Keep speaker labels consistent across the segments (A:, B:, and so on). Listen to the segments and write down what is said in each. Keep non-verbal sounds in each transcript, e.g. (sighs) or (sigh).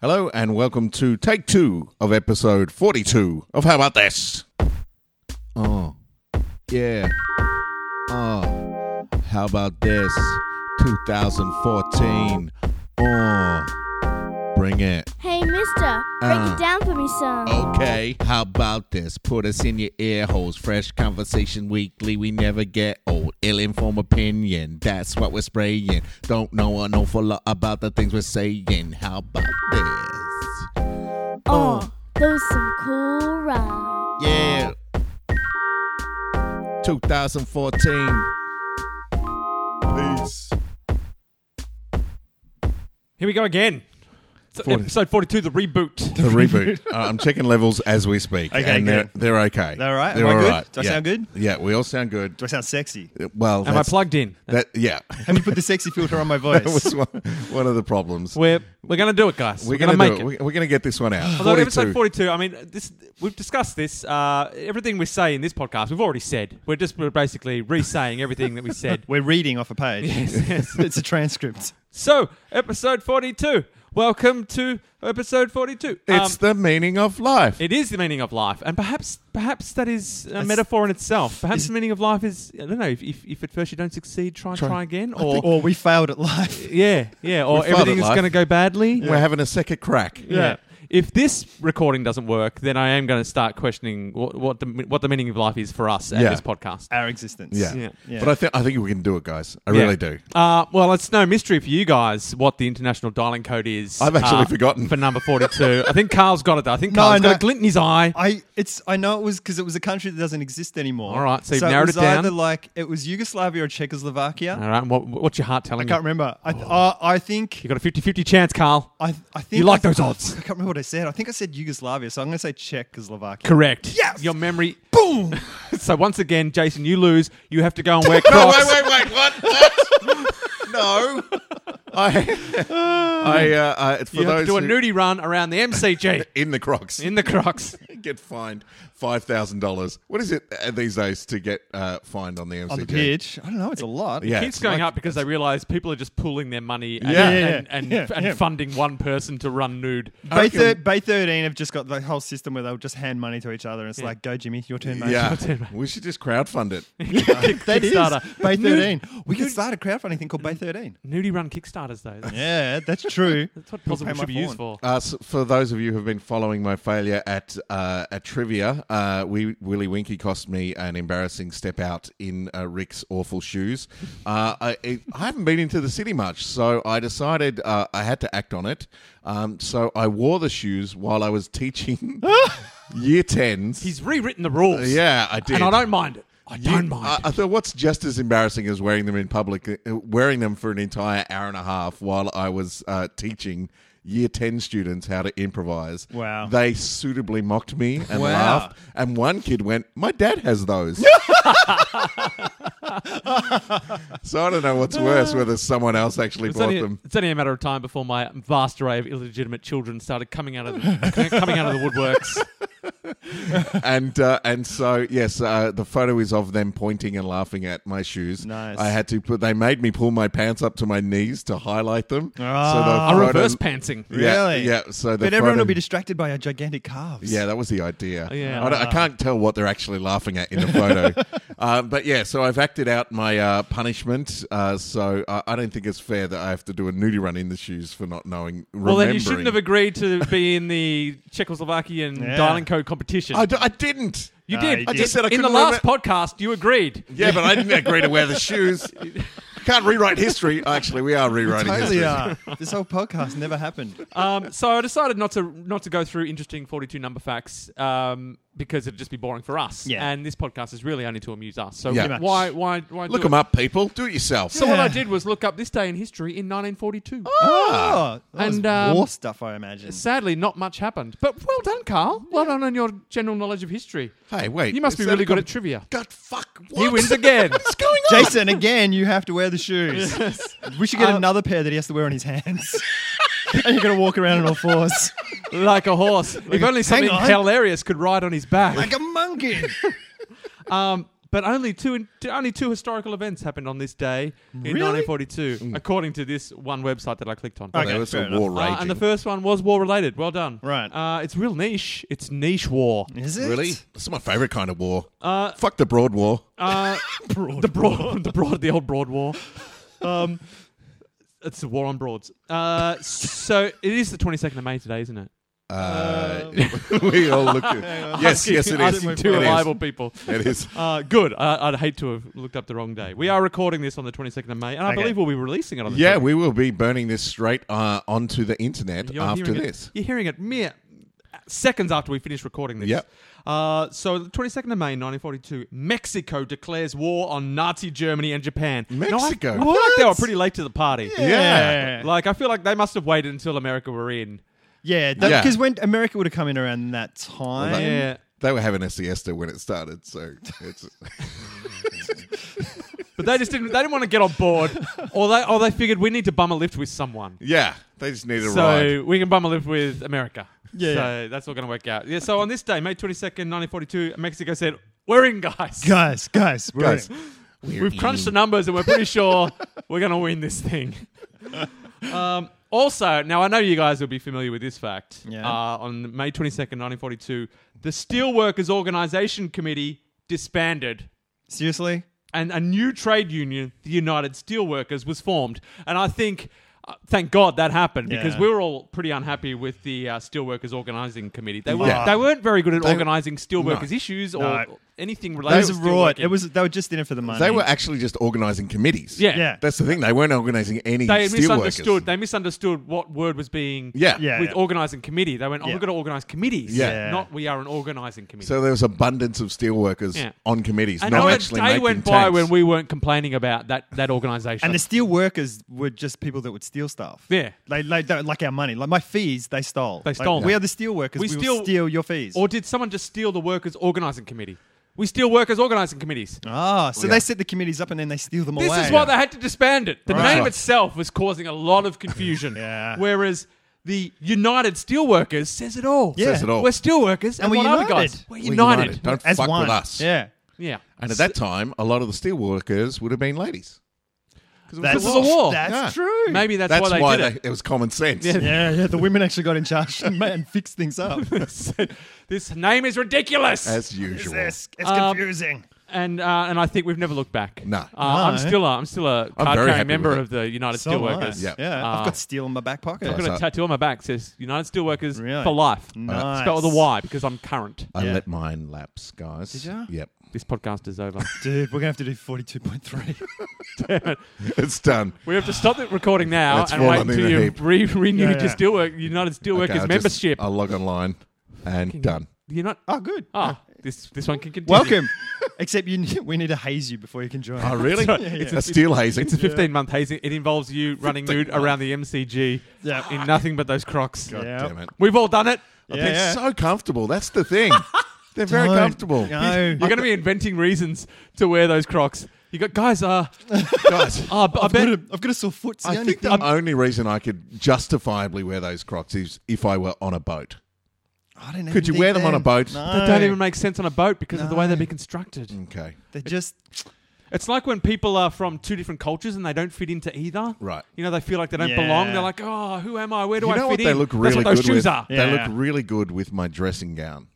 A: Hello and welcome to take two of episode 42 of How About This? Oh, yeah. Oh, how about this? 2014. Oh, bring it.
B: Hey, mister, break
A: Uh.
B: it down for me some.
A: Okay, how about this? Put us in your ear holes. Fresh conversation weekly. We never get old. Ill-informed opinion. That's what we're spraying. Don't know an awful lot about the things we're saying. How about this?
B: Oh, those some cool rides.
A: Yeah. 2014. Peace.
C: Here we go again. So
A: Forty.
C: Episode 42, the reboot.
A: The reboot. Uh, I'm checking levels as we speak.
D: Okay,
A: and they're,
D: good.
A: they're okay.
D: They're all right? Am
A: They're
D: I
A: all
D: good?
A: right.
D: Do I
A: yeah.
D: sound good?
A: Yeah, we all sound good.
D: Do I sound sexy?
A: Well,
C: Am I
A: that's-
C: plugged in?
A: That,
D: (laughs)
A: yeah.
D: Have you put the sexy filter
C: (laughs)
D: on my
A: that
D: voice?
A: was one, one of the problems.
C: We're, we're going to do it, guys. We're,
A: We're
C: going
A: gonna do
C: to make
A: it.
C: it.
A: We're- We're gonna get this one out.
C: Although episode
A: 42.
C: 42, I mean, this we've discussed this. Uh, everything we say in this podcast, we've already said. We're just we're basically re-saying everything that
A: (laughs)
C: we said.
D: We're reading off a page.
C: Yes, yes.
D: (laughs) it's a transcript.
C: So, episode 42. Welcome to episode 42. Um,
A: It's the meaning of life.
C: it is the meaning of life, and perhaps perhaps that is a metaphor in itself. Perhaps the meaning of life is I don't know if, if, if at first you don't succeed, try,
A: Try-
C: try, again, or
D: Or we failed at life.
C: yeah, yeah, or
A: failed at
C: everything's
A: life.
C: going to go badly.
A: We're having a second crack.
C: Yeah. If this recording doesn't work, then I am going to start questioning what, what the what the meaning of life is for us at
A: Yeah.
C: this podcast.
D: Our existence.
A: Yeah.
C: Yeah.
D: Yeah.
A: But I think I think we can do it, guys. I
C: Yeah.
A: really do.
C: Uh, well, it's no mystery for you guys what the international dialing code is.
A: I've actually
C: uh,
A: forgotten.
C: for
A: (laughs)
C: number forty-two. I think Carl's got it. though. I think
D: No,
C: Carl's
D: I know.
C: got a glint in his eye.
D: I it's I know it was because it was a country that doesn't exist anymore.
C: All right, so you've narrowed
D: it was
C: it down.
D: either like it was Yugoslavia or Czechoslovakia.
C: All right. What, what's your heart telling
D: I can't
C: you?
D: remember. I th- uh, I think
C: You got a 50-50 chance, Carl.
D: I th- I think
C: You like
D: I-
C: those odds.
D: I can't remember what I said. I think I said Yugoslavia, so I'm going to say Czechoslovakia.
C: Correct.
D: Yes!
C: Your memory.
D: Boom.
C: (laughs) So once again, Jason, you lose. You have to go and
D: (laughs)
C: wear
A: No,
C: Crocs.
A: wait, wait, wait. What? What? (laughs) no. I, I, uh, I for
C: You have
A: those
C: to do a
A: who-
C: nudie run around
A: (laughs)
C: the MCG
A: in the Crocs,
C: in
A: (laughs)
C: the Crocs.
A: get fined five thousand dollars. What is it uh, these days to get uh, fined on the MCG?
D: On the E pitch. I don't know. It's a lot.
A: Yeah,
C: keeps
A: it's
C: going
A: like-
C: up because they realize people are just pooling their money and,
A: Yeah.
C: and,
D: Yeah, yeah,
C: and,
D: yeah,
C: and
D: yeah.
C: funding one person to run nude.
D: Bay,
A: Okay.
D: thir- Bay 13 have just got the whole system where they'll just hand money to each other and it's like, go, Jimmy, your turn, mate. (laughs)
A: Yeah, we should just crowdfund it.
C: Kick-
D: That is
C: Kickstarter.
D: Bay
C: Nude-
D: 13. We could start a crowdfunding thing called Bay 13.
C: Nudie run Kickstarters, though. That's,
D: Yeah, that's true.
C: that's what
D: Who'll
C: possibly
D: pay my
C: should be used
D: pawn?
C: for.
A: Uh, s for those of you who have been following my failure at uh, at trivia, uh, we Willy Winky cost me an embarrassing step out in uh, Rick's awful shoes. Uh, I, it, I haven't been into the city much, so I decided uh, I had to act on it. Um, so I wore the shoes while I was
C: (laughs)
A: teaching year tens.
C: He's rewritten the rules.
A: Uh, yeah, I did.
C: And I don't mind it. I
A: You-
C: don't mind.
A: I, I thought what's just as embarrassing as wearing them in public, uh, wearing them for an entire hour and a half while I was uh, teaching year 10 students how to improvise.
D: Wow.
A: They suitably mocked me and
D: Wow.
A: laughed. And one kid went, My dad has those. so I don't know what's worse, whether someone else actually
C: it's,
A: bought
C: only,
A: them.
C: it's only a matter of time before my vast array of illegitimate children started coming out of the, coming out of
A: (laughs)
C: the woodworks.
A: and uh, and so yes, uh, the photo is of them pointing and laughing at my shoes.
D: Nice.
A: I had to put. They made me pull my pants up to my knees to highlight them.
D: Ah.
C: A
A: so the
C: reverse
A: photo-
C: pantsing.
A: Yeah,
D: Really?
A: Yeah. So the
D: (laughs) But everyone
A: photo-
D: will be distracted by our gigantic calves.
A: yeah, that was the idea.
C: Oh, Yeah.
A: I, don't- I can't tell what they're actually laughing at in the
C: (laughs)
A: photo. um, but yeah, so I've acted out my uh, punishment. Uh, so I, I don't think it's fair that I have to do a nudie run in the shoes for not knowing.
C: Well, then you
A: remembering.
C: shouldn't have agreed to be in the Czechoslovakian
D: Yeah.
C: dialing code competition.
A: I, d- I didn't.
C: You
D: No,
C: did.
D: you
A: I just said I
C: in
A: couldn't
C: the last
A: remember-
C: podcast, you agreed.
A: Yeah, but I didn't agree to wear the shoes. Can't rewrite history. Oh, Actually, we are rewriting
D: Totally
A: history.
D: are. This whole podcast never happened.
C: Um, so I decided not to not to go through interesting forty-two number facts um, because it'd just be boring for us.
D: Yeah.
C: And this podcast is really only to amuse us. So
A: Yeah.
C: why why why
A: Look
C: do
A: them
C: it?
A: up, people. Do it yourself.
C: So what I
D: Yeah.
C: did was look up this day in history in 1942.
D: Oh, that was
C: And, um,
D: war stuff, I imagine.
C: Sadly, not much happened. But well done, Carl. Well done on your general knowledge of history.
A: hey, wait.
C: You must be
A: is that
C: really
A: a
C: good
A: com-
C: at trivia.
A: God, fuck. What?
C: He
A: (laughs)
C: wins again.
A: What's going on?
D: Jason, again, you have to wear the shoes. We should get another pair that he has to wear on his hands. and you're going to walk around on all fours.
C: like a horse. if only something
D: on.
C: hilarious could ride on his back.
D: like a monkey.
C: Um, But only two, in, only two historical events happened on this day in
D: Really?
C: 1942, according to this one website that I clicked on.
A: Well,
D: Okay,
A: there was
D: fair
A: a
D: enough.
A: war
C: Uh,
A: raging.
C: and the first one was war related. Well done.
D: Right.
C: Uh, it's real niche. It's niche war.
D: Is it
A: really? This is my favorite kind of war.
C: Uh,
A: Fuck the broad war. (laughs)
C: uh,
D: Broad.
C: the broad, the broad, the old broad war. Um, it's the war on broads. Uh, so it is the 22nd of May today, isn't it?
A: Uh,
C: (laughs)
A: we all look. At, yes, yes, it is.
C: Asking
A: It
C: two
A: is.
C: reliable people.
A: It is.
C: Uh, good. I, I'd hate to have looked up the wrong day. We are recording this on the 22nd of May, and I
D: Okay.
C: believe we'll be releasing it on the
A: Yeah,
C: 22nd.
A: we will be burning this straight uh, onto the internet
C: You're
A: after
C: hearing it-
A: this.
C: you're hearing it mere seconds after we finish recording this.
A: Yep.
C: Uh, so, the 22nd of May, 1942, Mexico declares war on Nazi Germany and Japan. Now, I-
A: Mexico?
C: I, feel like they were pretty late to the party.
A: Yeah.
C: Like, I feel like they must have waited until America were in.
D: Yeah,
A: Yeah.
D: because when America would have come in around that time,
A: Well,
C: Yeah.
A: They were having a siesta when it started, so it's (laughs)
C: But they just didn't. They didn't want to get on
A: (laughs)
C: board, or they, or they figured we need to bum a lift with someone.
A: yeah. They just needed a
C: so
A: ride.
C: we can bum a lift with America.
D: Yeah,
C: So that's all going to work out. Yeah. So on this day, May 22nd, 1942, Mexico said, We're in, guys.
A: (laughs)
D: guys, guys, we're
A: Guys,
D: in.
A: we're
C: We've crunched the
A: in.
C: numbers and we're pretty
D: (laughs)
C: sure we're going to win this thing. Um, also, now I know you guys will be familiar with this fact.
D: Yeah.
C: Uh, on May 22nd, 1942, the Steelworkers Organization Committee disbanded
D: seriously.
C: and a new trade union, the United Steelworkers, was formed. And I think, uh, thank God that happened because
D: Yeah.
C: we were all pretty unhappy with the uh, Steelworkers Organising Committee. They, were,
A: Yeah.
C: they weren't very good at
A: They-
C: organising steelworkers' issues or
D: No.
C: anything related
D: Those
C: to
D: are right.
C: steelworking.
D: It was they were just in it for the money.
A: They were actually just organising committees.
C: yeah.
D: yeah,
A: That's the thing. They weren't organising any
C: They
A: steelworkers.
C: misunderstood. They misunderstood what word was being
A: Yeah.
D: Yeah.
C: with organising committee. They went, "Oh,
D: Yeah.
C: we've got to organise committees,
A: Yeah.
C: not we are an organising committee."
A: So there was abundance of steelworkers
C: Yeah.
A: on committees,
C: and
A: not
C: not a
A: actually
C: day
A: making
C: went by
A: tanks.
C: when we weren't complaining about that that organisation.
D: and the steel workers were just people that would steal stuff.
C: Yeah.
D: they, they, they like our money, like my fees. They stole.
C: They
D: Like,
C: stole.
D: we are the steel workers.
C: We
D: We,
C: steal-
D: will steal your fees.
C: Or did someone just steal the workers' organising committee? We steal workers' organising committees.
D: ah, so
A: Yeah.
D: they set the committees up and then they steal them
C: This
D: away.
C: is why they had to disband it. The
A: Right.
C: name itself was causing a lot of confusion.
D: (laughs) Yeah.
C: Whereas the United Steelworkers says it all.
D: Yeah.
A: Says it all.
C: We're steelworkers and,
D: And we're
C: what other
D: united.
C: guys? We're
A: We're
C: united.
A: Don't
D: as
A: fuck
D: one.
A: with us.
D: Yeah,
C: Yeah.
A: And at that time, a lot of the steelworkers would have been ladies.
C: That's- Because it was a war.
D: That's
A: Yeah.
D: true.
C: Maybe that's,
A: That's
C: why they did it.
A: it was common sense.
C: Yeah.
D: Yeah, yeah. The women actually got in charge (laughs) and, and fixed things
C: (laughs)
D: up.
C: said, this name is ridiculous.
A: As usual.
D: It's
C: Um,
D: confusing.
C: and uh, and I think we've never looked back.
A: No.
C: Uh, I'm
D: No.
C: still a, I'm still a
A: very
C: card carrying
A: happy
C: member
A: with it.
C: of the United
D: So
C: Steelworkers.
D: nice.
A: Yeah.
D: Yeah,
C: Uh,
D: I've got steel in my back pocket.
C: I've got a
A: So-
C: tattoo on my back that says United Steelworkers
D: Really?
C: for life.
D: Nice.
C: Spell the Y because I'm current.
A: I
D: Yeah.
A: let mine lapse, guys. Did
D: ya?
A: Yep. (laughs)
C: This podcast is
D: (laughs)
C: over.
D: Dude, we're going to have to
A: (laughs)
D: do 42.3.
A: It's done.
C: we have to stop the recording now
A: That's
C: and
A: fallen
C: wait
A: in
C: until
A: a
C: you
A: heap.
C: re- renew
D: Yeah,
C: your
D: yeah.
C: steelwork, United Steelworkers
A: Okay, I'll just- oh.
C: membership.
A: I'll log online and
C: (laughs)
A: done.
C: You're not.
D: oh, good.
C: Oh, this this one can continue.
D: Welcome. (laughs) Except you, (laughs) need- we need to haze you before you can join.
A: Oh,
D: (laughs)
A: really? It's
D: It's
A: a steel hazing.
C: It's a 15 month hazing. It involves you running nude around the MCG
D: Yeah.
C: in nothing but those crocs.
D: God
A: (laughs) God damn it.
C: We've all done it.
D: Yeah,
A: They're
D: yeah.
A: so comfortable. That's the
C: (laughs)
A: thing. They're very
D: Don't.
A: comfortable.
D: No.
C: You're going to be inventing reasons to wear those crocs. You got guys. Uh,
A: (laughs) Guys,
C: uh I
D: I've, got
C: bet
D: a, I've got a sore foot. It's the
A: I
D: only
A: think the
D: thing.
A: only reason I could justifiably wear those Crocs is if I were on a boat.
D: I don't
A: could you
D: even
A: wear
D: need
A: them on a boat?
D: No.
C: they don't even make sense on a boat because of the way
D: No.
C: they'd be constructed.
A: Okay,
D: They're just.
C: It's like when people are from two different cultures and they don't fit into either.
A: right.
C: You know, they feel like they don't
D: Yeah.
C: belong. They're like, oh, who am I? Where do
A: you
C: I
A: know
C: fit
A: what
C: in?
A: they look really
C: That's what those
A: good
C: shoes
A: with?
C: are.
A: They
D: Yeah.
A: look really good with my dressing gown.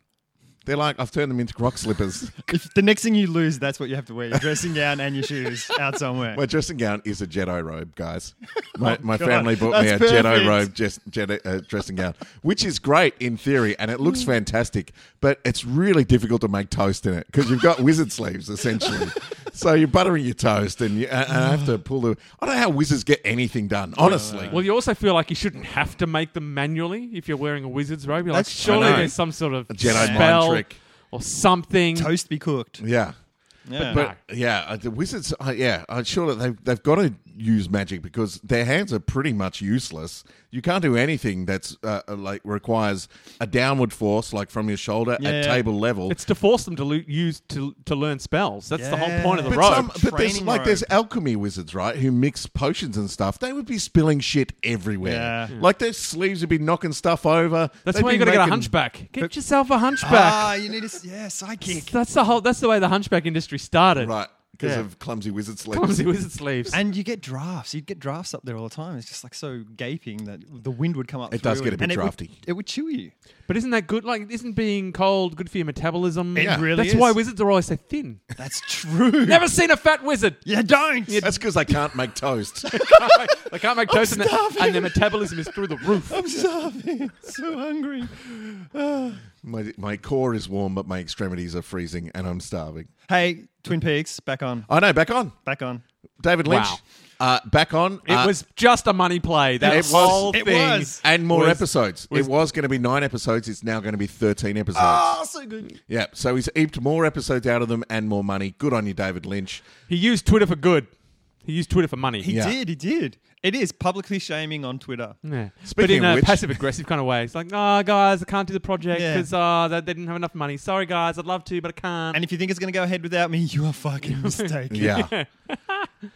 A: They're like I've turned them into croc slippers.
D: If the next thing you lose, that's what you have to wear your dressing gown and your
A: (laughs)
D: shoes out somewhere.
A: my dressing gown is a Jedi robe,
D: (laughs)
A: guys. My, my
D: Oh, God,
A: family bought me a
D: that's
A: Jedi
D: perfect.
A: robe just, Jedi, uh, dressing gown, which is great in theory and it looks
D: Mm.
A: fantastic, but it's really difficult to make toast in it because you've got wizard sleeves essentially. So you're buttering your toast, and, you, and I have to pull the. I don't know how wizards get anything done, honestly.
C: Well, you also feel like you shouldn't have to make them manually if you're wearing a wizard's robe. You're like,
D: That's-
C: surely
A: I know.
C: there's some sort of
A: Jedi mind
C: spell
A: trick.
C: or something.
D: Toast be cooked.
A: yeah,
D: Yeah.
A: But yeah, uh, the Wizards. Uh, yeah, I'm sure that they've they've got to use magic because their hands are pretty much useless. You can't do anything that's uh, like requires a downward force, like from your shoulder
D: Yeah.
A: at table level.
C: It's to force them to lo- use to to learn spells. That's the whole point of the
D: Yeah.
A: but
C: rope.
A: some, but there's
D: Training
A: like
D: rope.
A: there's alchemy wizards, right? Who mix potions and stuff. They would be spilling shit everywhere.
D: Yeah. Yeah.
A: Like their sleeves would be knocking stuff over.
C: that's
A: They'd
C: why
A: be
C: you got to get a
A: making-
C: hunchback. Get yourself a hunchback.
D: Ah, you need a s- yeah sidekick.
C: that's the whole. That's the way the hunchback industry started.
A: right? Because
C: Yeah.
A: of clumsy wizard sleeves.
C: Clumsy wizard sleeves.
D: And you get drafts. You'd get drafts up there all the time. It's just like so gaping that the wind would come up.
A: It does
D: through
A: get a
D: and-
A: bit
D: and it would-
A: drafty.
D: It would, chill you.
C: but isn't that good? Like, isn't being cold good for your metabolism?
A: Yeah.
D: really
C: That's
D: is.
C: why wizards are always so thin. (laughs)
D: That's (laughs) true.
C: Never seen a fat wizard.
D: You don't.
A: That's because they can't make toast. (laughs)
C: They can't make toast, and, their- and their metabolism is through the
A: (laughs)
C: roof.
D: I'm starving. so hungry.
A: my, my core is warm, but my extremities are freezing, and I'm starving.
D: Hey, Twin Peaks, back on,
A: I know. Oh, Back on,
D: back on.
A: David Lynch.
C: Wow.
A: Uh, back on.
C: It was just a money play. That
A: It was-
C: whole
D: it
C: thing.
D: was.
A: and more
C: was-
A: episodes.
C: was- Ah,
A: it was going to be nine episodes. It's now going to be thirteen episodes.
D: so good.
A: Yeah, so he's eaped more episodes out of them and more money. Good on you, David Lynch.
C: He used Twitter for good. He used Twitter for money.
D: He
A: Yeah.
D: did. He did. It is publicly shaming on Twitter.
C: Yeah. but
A: Speaking
C: in
A: of
C: a
A: which-
C: passive aggressive kind of way. It's like, oh, guys, I can't do the project
D: Yeah.
C: because they, they didn't have enough money. Sorry, guys, I'd love to, but I can't.
D: And if you think it's going to go ahead without me, you are
A: (laughs)
D: fucking mistaken.
A: Yeah.
D: (laughs)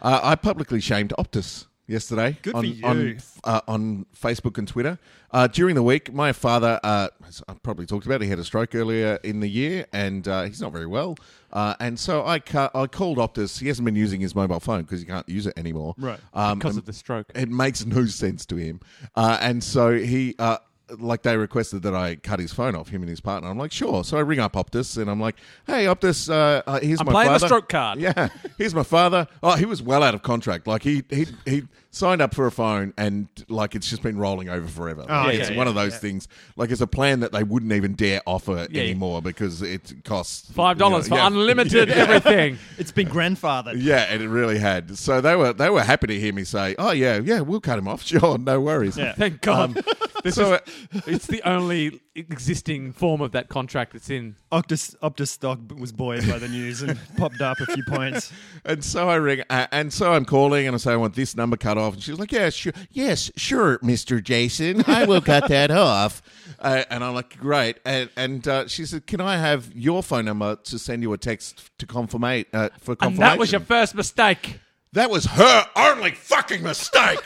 A: uh, I publicly shamed Optus yesterday
D: Good
A: on,
D: for you.
A: on, uh, on Facebook and Twitter. Uh, during the week, my father, uh, as I probably talked about, he had a stroke earlier in the year and uh, he's not very well. Uh, and so I, ca- I called Optus. He hasn't been using his mobile phone because he can't use it anymore.
D: Right.
A: Um,
C: because
A: and-
C: of the stroke.
A: it makes no sense to him. Uh, and so he, uh, like, they requested that I cut his phone off, him and his partner. I'm like, sure. So I ring up Optus and I'm like, hey, Optus, uh, uh, here's
C: I'm
A: my
C: playing the
A: father.
C: stroke
A: (laughs)
C: card.
A: Yeah, here's my father. Oh, he was well out of contract. Like, he, he, he signed up for a phone and, like, it's just been rolling over forever. Like,
D: Oh, yeah,
A: it's
D: yeah,
A: one of those things. Like, it's a plan that they wouldn't even dare offer
C: Yeah.
A: anymore because it costs
C: Five dollars
A: you
C: for
A: know, yeah.
C: unlimited (laughs) everything.
D: It's been grandfathered.
A: Yeah, and it really had. So they were they were happy to hear me say, "Oh yeah, yeah, we'll cut him off. (laughs) Sure, no worries."
D: Yeah.
C: Thank God. this
A: so,
C: is, it's the only existing form of that contract that's in.
D: Optus, Optus stock was buoyed by the
A: (laughs)
D: news and popped up a few points.
A: And so I ring, uh, and so I'm calling, and I say I want this number cut off, and she's like, "Yeah, sure, yes, sure, Mister Jason, I will cut that (laughs) off." Uh, and I'm like, "Great," and, and uh, she said, "Can I have your phone number to send you a text to confirmate uh, for confirmation?"
C: And that was your first mistake.
A: That was her only fucking mistake,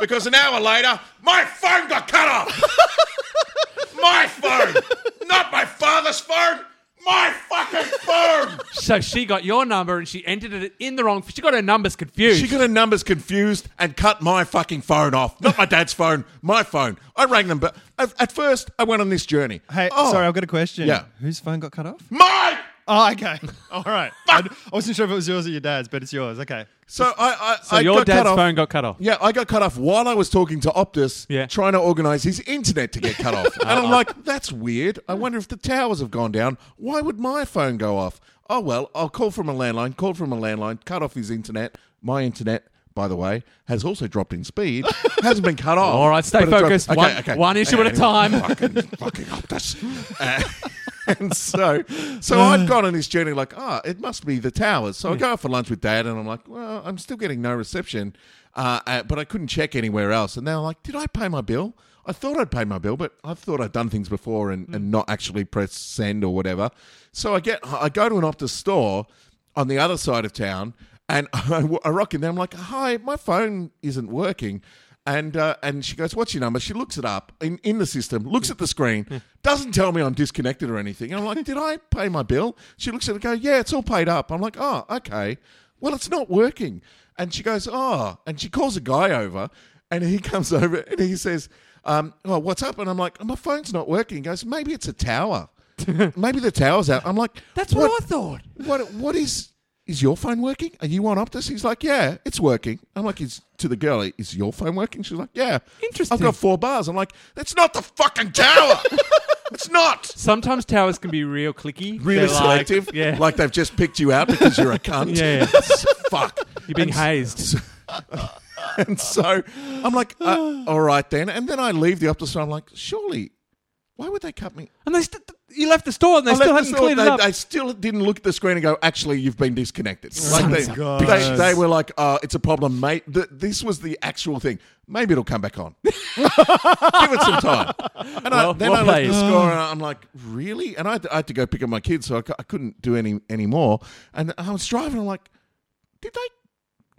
A: because an hour later, my phone got cut off. (laughs) my phone, not my father's phone, my fucking phone.
C: So she got your number and she entered it in the wrong. She got her numbers confused.
A: She got her numbers confused and cut my fucking phone off. Not my dad's phone, my phone. I rang them, but at, at first I went on this journey.
D: Hey,
A: Oh,
D: sorry, I've got a question.
A: Yeah.
D: Whose phone got cut off?
A: my.
D: Oh, okay. (laughs) All right. I, I wasn't sure if it was yours or your dad's, but it's yours. Okay.
A: So I, I,
C: so
A: I
C: your
A: got cut
C: dad's
A: off.
C: phone got cut off.
A: Yeah, I got cut off while I was talking to Optus,
C: Yeah.
A: trying to organise his internet to get cut off. and I'm like, that's weird. I wonder if the towers have gone down. Why would my phone go off? Oh well, I'll call from a landline. Called from a landline. Cut off his internet. My internet. By the way, has also dropped in speed. Hasn't been cut off.
C: All right, stay
A: but it dropped-
C: focused. One- one issue at a time.
A: Fucking, fucking Optus. Uh, (laughs) and so, so
C: Uh.
A: I'd gone on this journey like, ah, it must be the towers. So I go out for lunch with dad, and I'm like, well, I'm still getting no reception, uh, uh, but I couldn't check anywhere else. And they're like, did I pay my bill? I thought I'd paid my bill, but I thought I'd done things before and,
C: Mm.
A: and not actually press send or whatever. So I get, I go to an Optus store on the other side of town, and (laughs) I, I rock in there. I'm like, hi, my phone isn't working. And uh, and she goes, "What's your number?" She looks it up in, in the system, looks at the screen, doesn't tell me I'm disconnected or anything. And I'm like, "Did I pay my bill?" She looks at it, and go, "Yeah, it's all paid up." I'm like, "Oh, okay." Well, it's not working. And she goes, "Oh," and she calls a guy over, and he (laughs) comes over and he says, um, "Oh, what's up?" And I'm like, "My phone's not working." He goes, "Maybe it's a
C: (laughs)
A: tower. Maybe the tower's out." I'm like,
C: That's what, I thought.
A: what what is is your phone working? Are you on Optus? He's like, yeah, it's working. I'm like, is to the girl, is your phone working? She's like, yeah.
C: Interesting.
A: I've got four bars. I'm like, that's not the fucking
C: (laughs)
A: tower. it's not.
C: Sometimes towers can be real clicky.
A: Really
C: They're like-
A: selective.
C: yeah.
A: Like they've just picked you out because you're a cunt.
C: (laughs) Yeah,
A: Fuck.
C: You're being
A: And
C: hazed.
A: and so I'm like, uh, all right then. And then I leave the Optus and I'm like, surely, why would they cut me?
C: And they st- th- You left the store and they
A: I
C: still
A: left
C: hadn't
A: the store,
C: cleaned
A: they,
C: it up.
A: they still didn't look at the screen and go, actually, you've been disconnected.
C: Sons
A: they,
C: of
A: they,
D: bitches.
A: they were like, uh, it's a problem, mate. Th- this was the actual thing. Maybe it'll come back
C: (laughs)
A: on. Give it some time. And I,
C: Well-
A: then
C: well
A: I left
C: played.
A: the score and I'm like, really? And I had, to, I had to go pick up my kids, so I, cou- I couldn't do any, any more. And I was driving, I'm like, did they?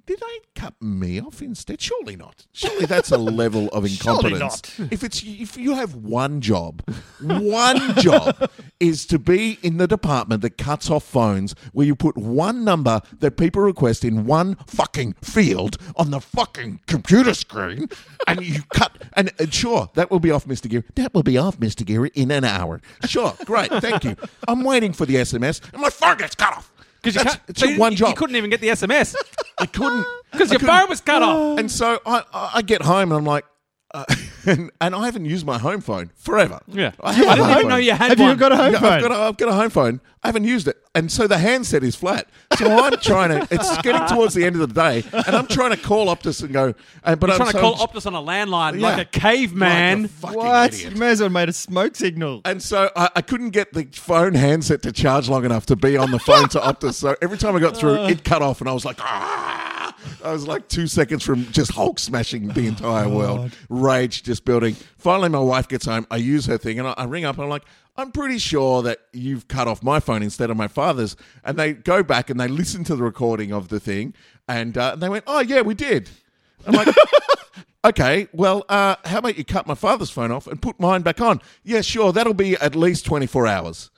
A: Did they cut me off instead? Surely not. Surely that's a level
C: (laughs)
A: of
D: Surely
A: incompetence.
D: not.
A: If it's if you have one job, one
C: (laughs)
A: job is to be in the department that cuts off phones where you put one number that people request in one fucking field on the fucking computer screen and you cut and, and sure, that will be off Mr. Geary. That will be off Mr. Geary in an hour. Sure, great, thank you. I'm waiting for the SMS and my phone gets cut off.
C: Because you
A: That's-
C: can't,
A: it's your
C: you-
A: one
C: you
A: job.
C: couldn't even get the (laughs) SMS
A: I couldn't
C: because
A: I
C: your
A: couldn't-
C: phone was cut off.
A: and so I, I I get home and I'm like, uh, (laughs) and, and I haven't used my home phone forever.
C: Yeah,
A: I,
C: (laughs) I,
A: have a
C: didn't
A: home
C: even know
A: phone.
C: you had
D: Have
C: one.
D: you got a home
A: Yeah,
D: phone?
A: I've, got a, I've got a home phone. I haven't used it, and so the handset is flat. So I'm trying to. It's getting towards the end of the day, and I'm trying to call Optus and go. And, but
C: You're
A: I'm
C: trying to
A: so-
C: call Optus on a landline
A: Yeah.
C: like a caveman.
A: Like a fucking
D: What?
A: idiot.
D: You may as well have made a smoke signal.
A: And so I, I couldn't get the phone handset to charge long enough to be on the phone to Optus. So every time I got through, it cut off, and I was like, ah! I was like two seconds from just Hulk smashing the entire world. Rage just building. Finally, my wife gets home. I use her thing, and I, I ring up, and I'm like, I'm pretty sure that you've cut off my phone instead of my father's. And they go back and they listen to the recording of the thing, and, uh, and they went, oh, yeah, we did. I'm like, okay, well, uh, how about you cut my father's phone off and put mine back on? Yeah, sure, that'll be at least 24
C: (laughs)
A: hours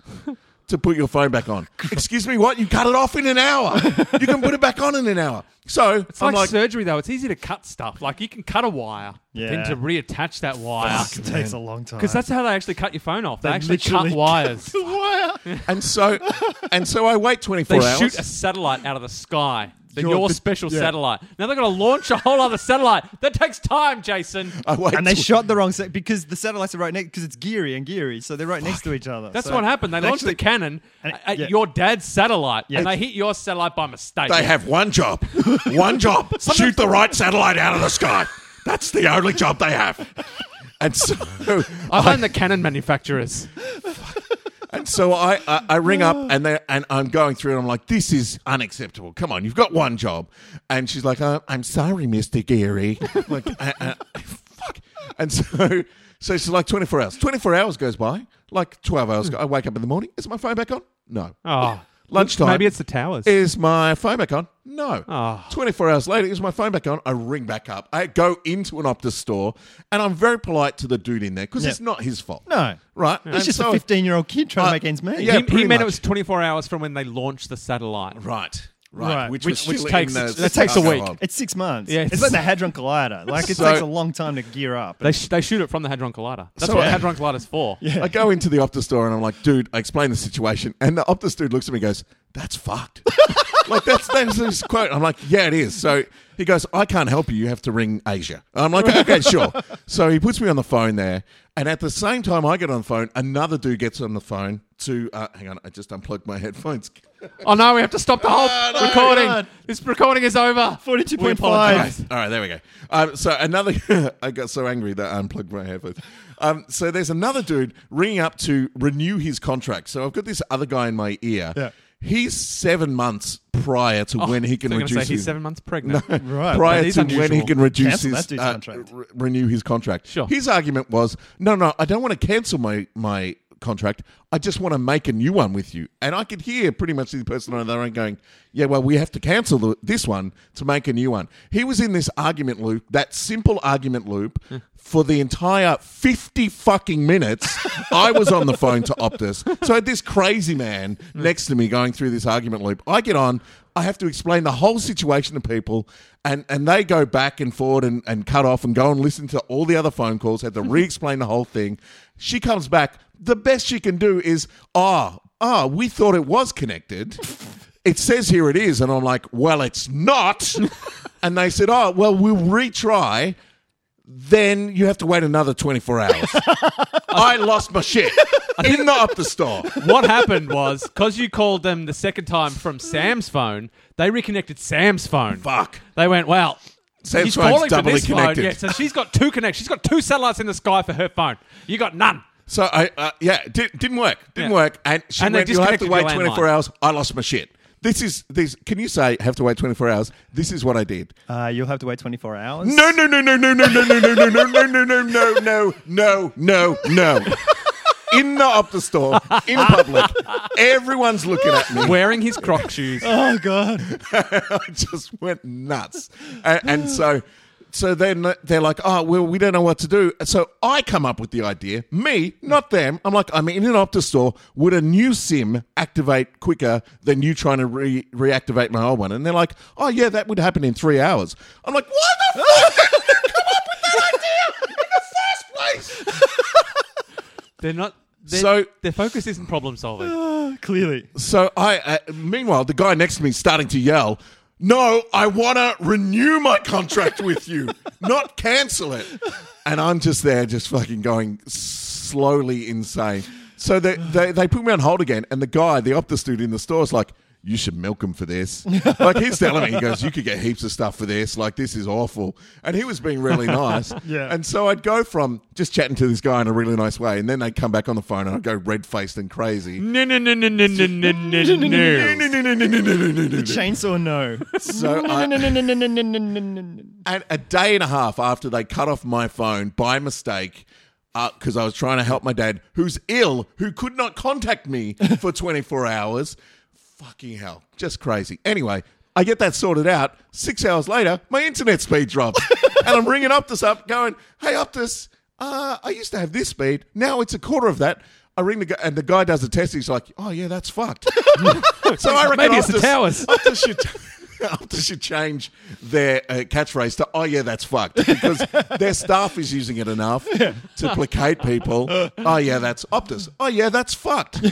A: to put your phone back on. Excuse me, what? You cut it off in an hour. You can put it back on in an hour. So
C: It's
A: I'm
C: like,
A: like,
C: surgery though. It's easy to cut stuff. Like you can cut a wire, then
D: Yeah.
C: to reattach that wire.
D: it takes a long time.
C: Because that's how they actually cut your phone off. They,
D: They
C: actually cut
D: literally
C: wires.
A: and so, and so I wait 24
C: They
A: hours.
C: shoot a satellite out of the sky. Then your,
D: Your- the-
C: special
D: yeah.
C: satellite. Now they're going to launch a whole other satellite. That takes time,
D: (laughs)
C: Jason.
A: I wait
D: and they
A: till-
D: shot the wrong set because the satellites are right next because it's Geary and Geary, so they're right next to each other.
C: That's
D: So
C: what happened. They launched
D: actually-
C: the cannon
D: and it-
C: at
D: yeah.
C: your dad's satellite,
D: Yeah.
C: and they hit your satellite by mistake.
A: They have one job. One
C: (laughs)
A: job. shoot the right satellite out of the sky. That's the only job they have. And so
C: I blame the cannon
D: (laughs)
C: manufacturers.
A: And so I, I, I ring up and they and I'm going through and I'm like, this is unacceptable. Come on, you've got one job. And she's like, uh, I'm sorry, Mr. Geary. like, uh, uh, fuck. And so, so she's like, 24 hours. 24 hours goes by, like 12 hours. Go. I wake up in the morning. Is my phone back on? No.
C: Oh,
A: Lunchtime.
C: Maybe it's the towers.
A: Is my phone back on? No.
D: Oh.
C: Ah.
A: 24 hours later, is my phone back on? I ring back up. I go into an Optus store and I'm very polite to the dude in there because
D: Yeah.
A: it's not his fault.
D: No.
A: Right?
D: It's just a 15 year old kid trying
A: Uh,
D: to make ends meet.
A: yeah.
C: he he
A: pretty much.
C: meant it was 24 hours from when they launched the satellite.
A: Right. Right.
D: Right.
A: Which,
C: Which-
A: was
C: which
A: still
C: takes-
A: in the
C: that takes a week.
A: alcohol.
D: It's six months.
C: Yeah,
D: it's,
C: it's-
D: like the Hadron Collider. Like, it
A: So-
D: takes a long time to gear up.
C: They, sh- they shoot it from the Hadron Collider. That's
A: So- (laughs)
C: what
A: Yeah.
C: Hadron Collider's for.
A: I go into the Optus store and I'm like, dude, I explain the situation. And the Optus dude looks at me and goes, that's
C: (laughs)
A: fucked. like, that's, that's his quote. I'm like, yeah, it is. So he goes, I can't help you. You have to ring Asia. And I'm like, okay,
C: (laughs)
A: sure. So he puts me on the phone there. And at the same time I get on the phone, another dude gets on the phone to, uh, hang on, I just unplugged my headphones.
C: Oh no, we have to stop the whole
A: Oh, no,
C: recording.
D: God.
C: This recording is over.
D: 42.5.
C: We apologise.
A: All right, there we go. Um, so another, (laughs) I got so angry that I unplugged my headphones. Um, so there's another dude ringing up to renew his contract. So I've got this other guy in my ear.
D: Yeah.
A: He's seven months prior to when he can
C: They're Oh, gonna
A: reduce
C: say
A: his
C: he's
A: (laughs)
C: seven months pregnant.
D: Right.
A: prior
C: that is
A: to when he
C: unusual.
A: can reduce
D: Cancel
A: his
D: that dude's
A: uh,
D: contract.
A: re- renew his contract.
C: Sure.
A: His argument was, no, no, I don't want to cancel my my contract. I just want to make a new one with you. And I could hear pretty much the person on the other end going, yeah, well, we have to cancel the, this one to make a new one. He was in this argument loop, that simple argument loop, for the entire 50 fucking minutes I was on the phone to Optus. So I had this crazy man next to me going through this argument loop. I get on, I have to explain the whole situation to people, and, and they go back and forward and, and cut off and go and listen to all the other phone calls,
C: (laughs)
A: had to re explain the whole thing. She comes back. The best she can do is, ah, ah, we thought it was connected. It says here it is. And I'm like, well, it's
C: (laughs)
A: not. and they said, oh, well, we'll retry. Then you have to wait another 24
C: (laughs)
A: hours. I lost my shit in the up the store.
C: what happened was because you called them the second time from Sam's phone, they reconnected Sam's phone.
A: Fuck.
C: They went, wow.
A: Sam's
C: he's
A: phone's
C: calling for
A: doubly
C: this
A: connected.
C: phone. Yeah, so she's got two connections. She's got two satellites in the sky for her phone. You got none.
A: So I, uh, yeah, it did, didn't work. Didn't
C: Yeah.
A: work. And she
C: And they
A: went, you'll have to
C: disconnected
A: wait
C: your
A: 24
C: landline.
A: hours. I lost my shit. This is, this, can you say, have to wait 24 hours? This is what I did.
D: Uh, you'll have to wait 24 hours.
A: No, no, no, no, no, no, no, no, no, no, no, no, no, no, no, no, no, no. In the Optus store, in public, everyone's looking at me.
C: Wearing his croc shoes.
D: Oh, God.
A: I (laughs) just went nuts. And, and so, so then they're like, oh, well, we don't know what to do. So I come up with the idea, me, not them. I'm like, I'm in an Optus store. Would a new SIM activate quicker than you trying to re- reactivate my old one? And they're like, oh, yeah, that would happen in three hours. I'm like, what the fuck? Did you come up with that idea in the first place?
C: They're not. They're,
A: So-
C: their focus isn't
A: (sighs)
C: problem solving.
D: Clearly.
A: So I, uh, meanwhile, the guy next to me is starting to yell, "No, I want to renew my contract (laughs) with you, not cancel it." And I'm just there, just fucking going slowly insane. So they, they they put me on hold again, and the guy, the Optus dude in the store, is like. You should milk him for this. Like he's telling me, he goes, "You could get heaps of stuff for this. Like this is awful." And he was being really nice.
D: Yeah.
A: And so I'd go from just chatting to this guy in a really nice way, and then they'd come back on the phone, and I'd go red faced and crazy.
C: No, no, no, no, no, no, no, no, no.
D: Chainsaw, no.
A: So I, and a day and a half after they cut off my phone by mistake, because I was trying to help my dad, who's ill, who could not contact
C: (laughs)
A: me for 24 hours. Fucking hell, just crazy. Anyway, I get that sorted out. Six hours later, my internet speed
C: (laughs)
A: drops, and I'm ringing Optus up, going, "Hey Optus, uh, I used to have this speed. Now it's a quarter of that." I ring the guy, and the guy does the test. He's like, "Oh yeah, that's
C: (laughs)
A: fucked." so I reckon
C: Maybe it's the
A: Optus-
C: towers.
A: Optus (laughs) should, Optus should change their uh, catchphrase to "Oh yeah, that's fucked" because their staff is using it enough to placate people. Oh yeah, that's Optus. Oh yeah, that's fucked.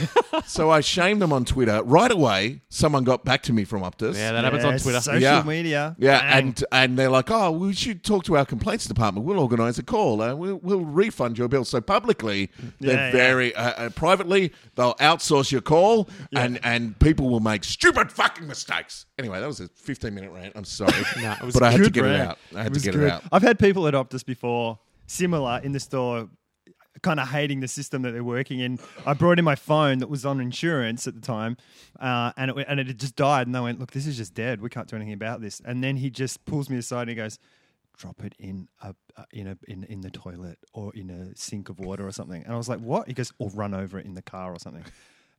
A: so I shamed them on Twitter right away. Someone got back to me from Optus.
C: Yeah, that happens on
D: Yeah,
C: Twitter.
D: Social
A: Yeah.
D: media.
A: Yeah,
D: Bang.
A: and and they're like, oh, we should talk to our complaints department. We'll organise a call. Uh, we'll, we'll refund your bill. So publicly, they're
D: Yeah, yeah.
A: very uh, uh, privately. They'll outsource your call, and and people will make stupid fucking mistakes. Anyway, that was a fifteen minute rant. I'm
D: (laughs)
A: sorry,
C: Nah, it was
A: but I had to
D: Good
A: get it
D: rant.
A: out. I had to
D: was
A: get
D: good. Uh,
A: it out.
D: I've had people at Optus before, similar in the store, kind of hating the system that they're working in. I brought in my phone that was on insurance at the time, uh, and it w- and it had just died. And they went, "Look, this is just dead. We can't do anything about this." And then he just pulls me aside and he goes. Drop it in a uh, in a in, in the toilet or in a sink of water or something, and I was like, "What?" He goes, "Or run over it in the car or something,"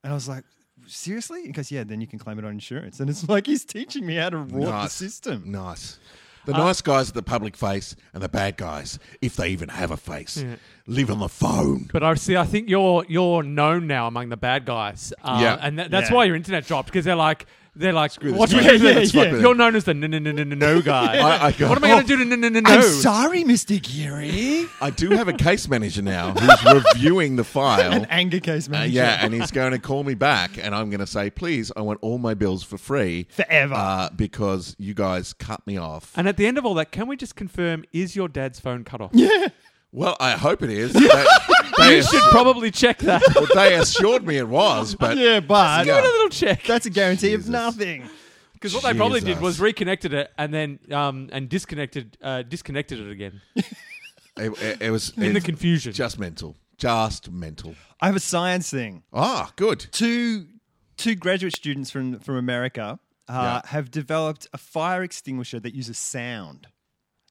D: and I was like, "Seriously?" He goes, "Yeah, then you can claim it on insurance." And it's like he's teaching me how to rot the
A: Nice.
D: system.
A: Nice. The
D: uh,
A: nice guys are the public face, and the bad guys, if they even have a face, live on the phone.
C: But I see. I think you're you're known now among the bad guys. Uh,
A: Yeah.
C: and that, that's
D: Yeah.
C: why your internet dropped because they're like they're like,
A: this
C: what do we
A: guy.
C: do?
A: Yeah,
C: to this
A: yeah,
C: fucker?"
A: yeah.
C: You're known as the no no no no no
A: (laughs)
C: no guy.
D: (laughs)
A: I- I go,
C: what am I
A: "Oh,
C: going to do to no no no no?
D: I'm sorry, Mr. Geary.
A: I do have a case manager now who's reviewing the file.
D: (laughs) An anger case
A: Uh,
D: manager.
A: yeah,
D: (laughs)
A: and he's going to call me back, and I'm going to say, please, I want all my bills for free
D: Forever.
A: uh, because you guys cut me off.
C: And at the end of all that, can we just confirm is your dad's phone
A: (laughs)
C: cut off?
A: well, I hope it
C: (laughs)
A: is. They, they,
C: You should probably
A: (laughs)
C: check that. Give
A: well, they assured me it was, but
D: yeah, but
A: Yeah.
C: it a little check.
D: (laughs) that's a guarantee
A: Jesus.
D: of nothing.
C: Because what they probably did
A: Jesus.
C: was reconnected it and then um, and disconnected uh, disconnected it again
A: it, it- it was
C: in the
A: it's
C: confusion.
A: just mental, just mental.
D: I have a science thing.
A: Ah, good.
D: Two two graduate students from from America uh, have developed a fire extinguisher that uses sound.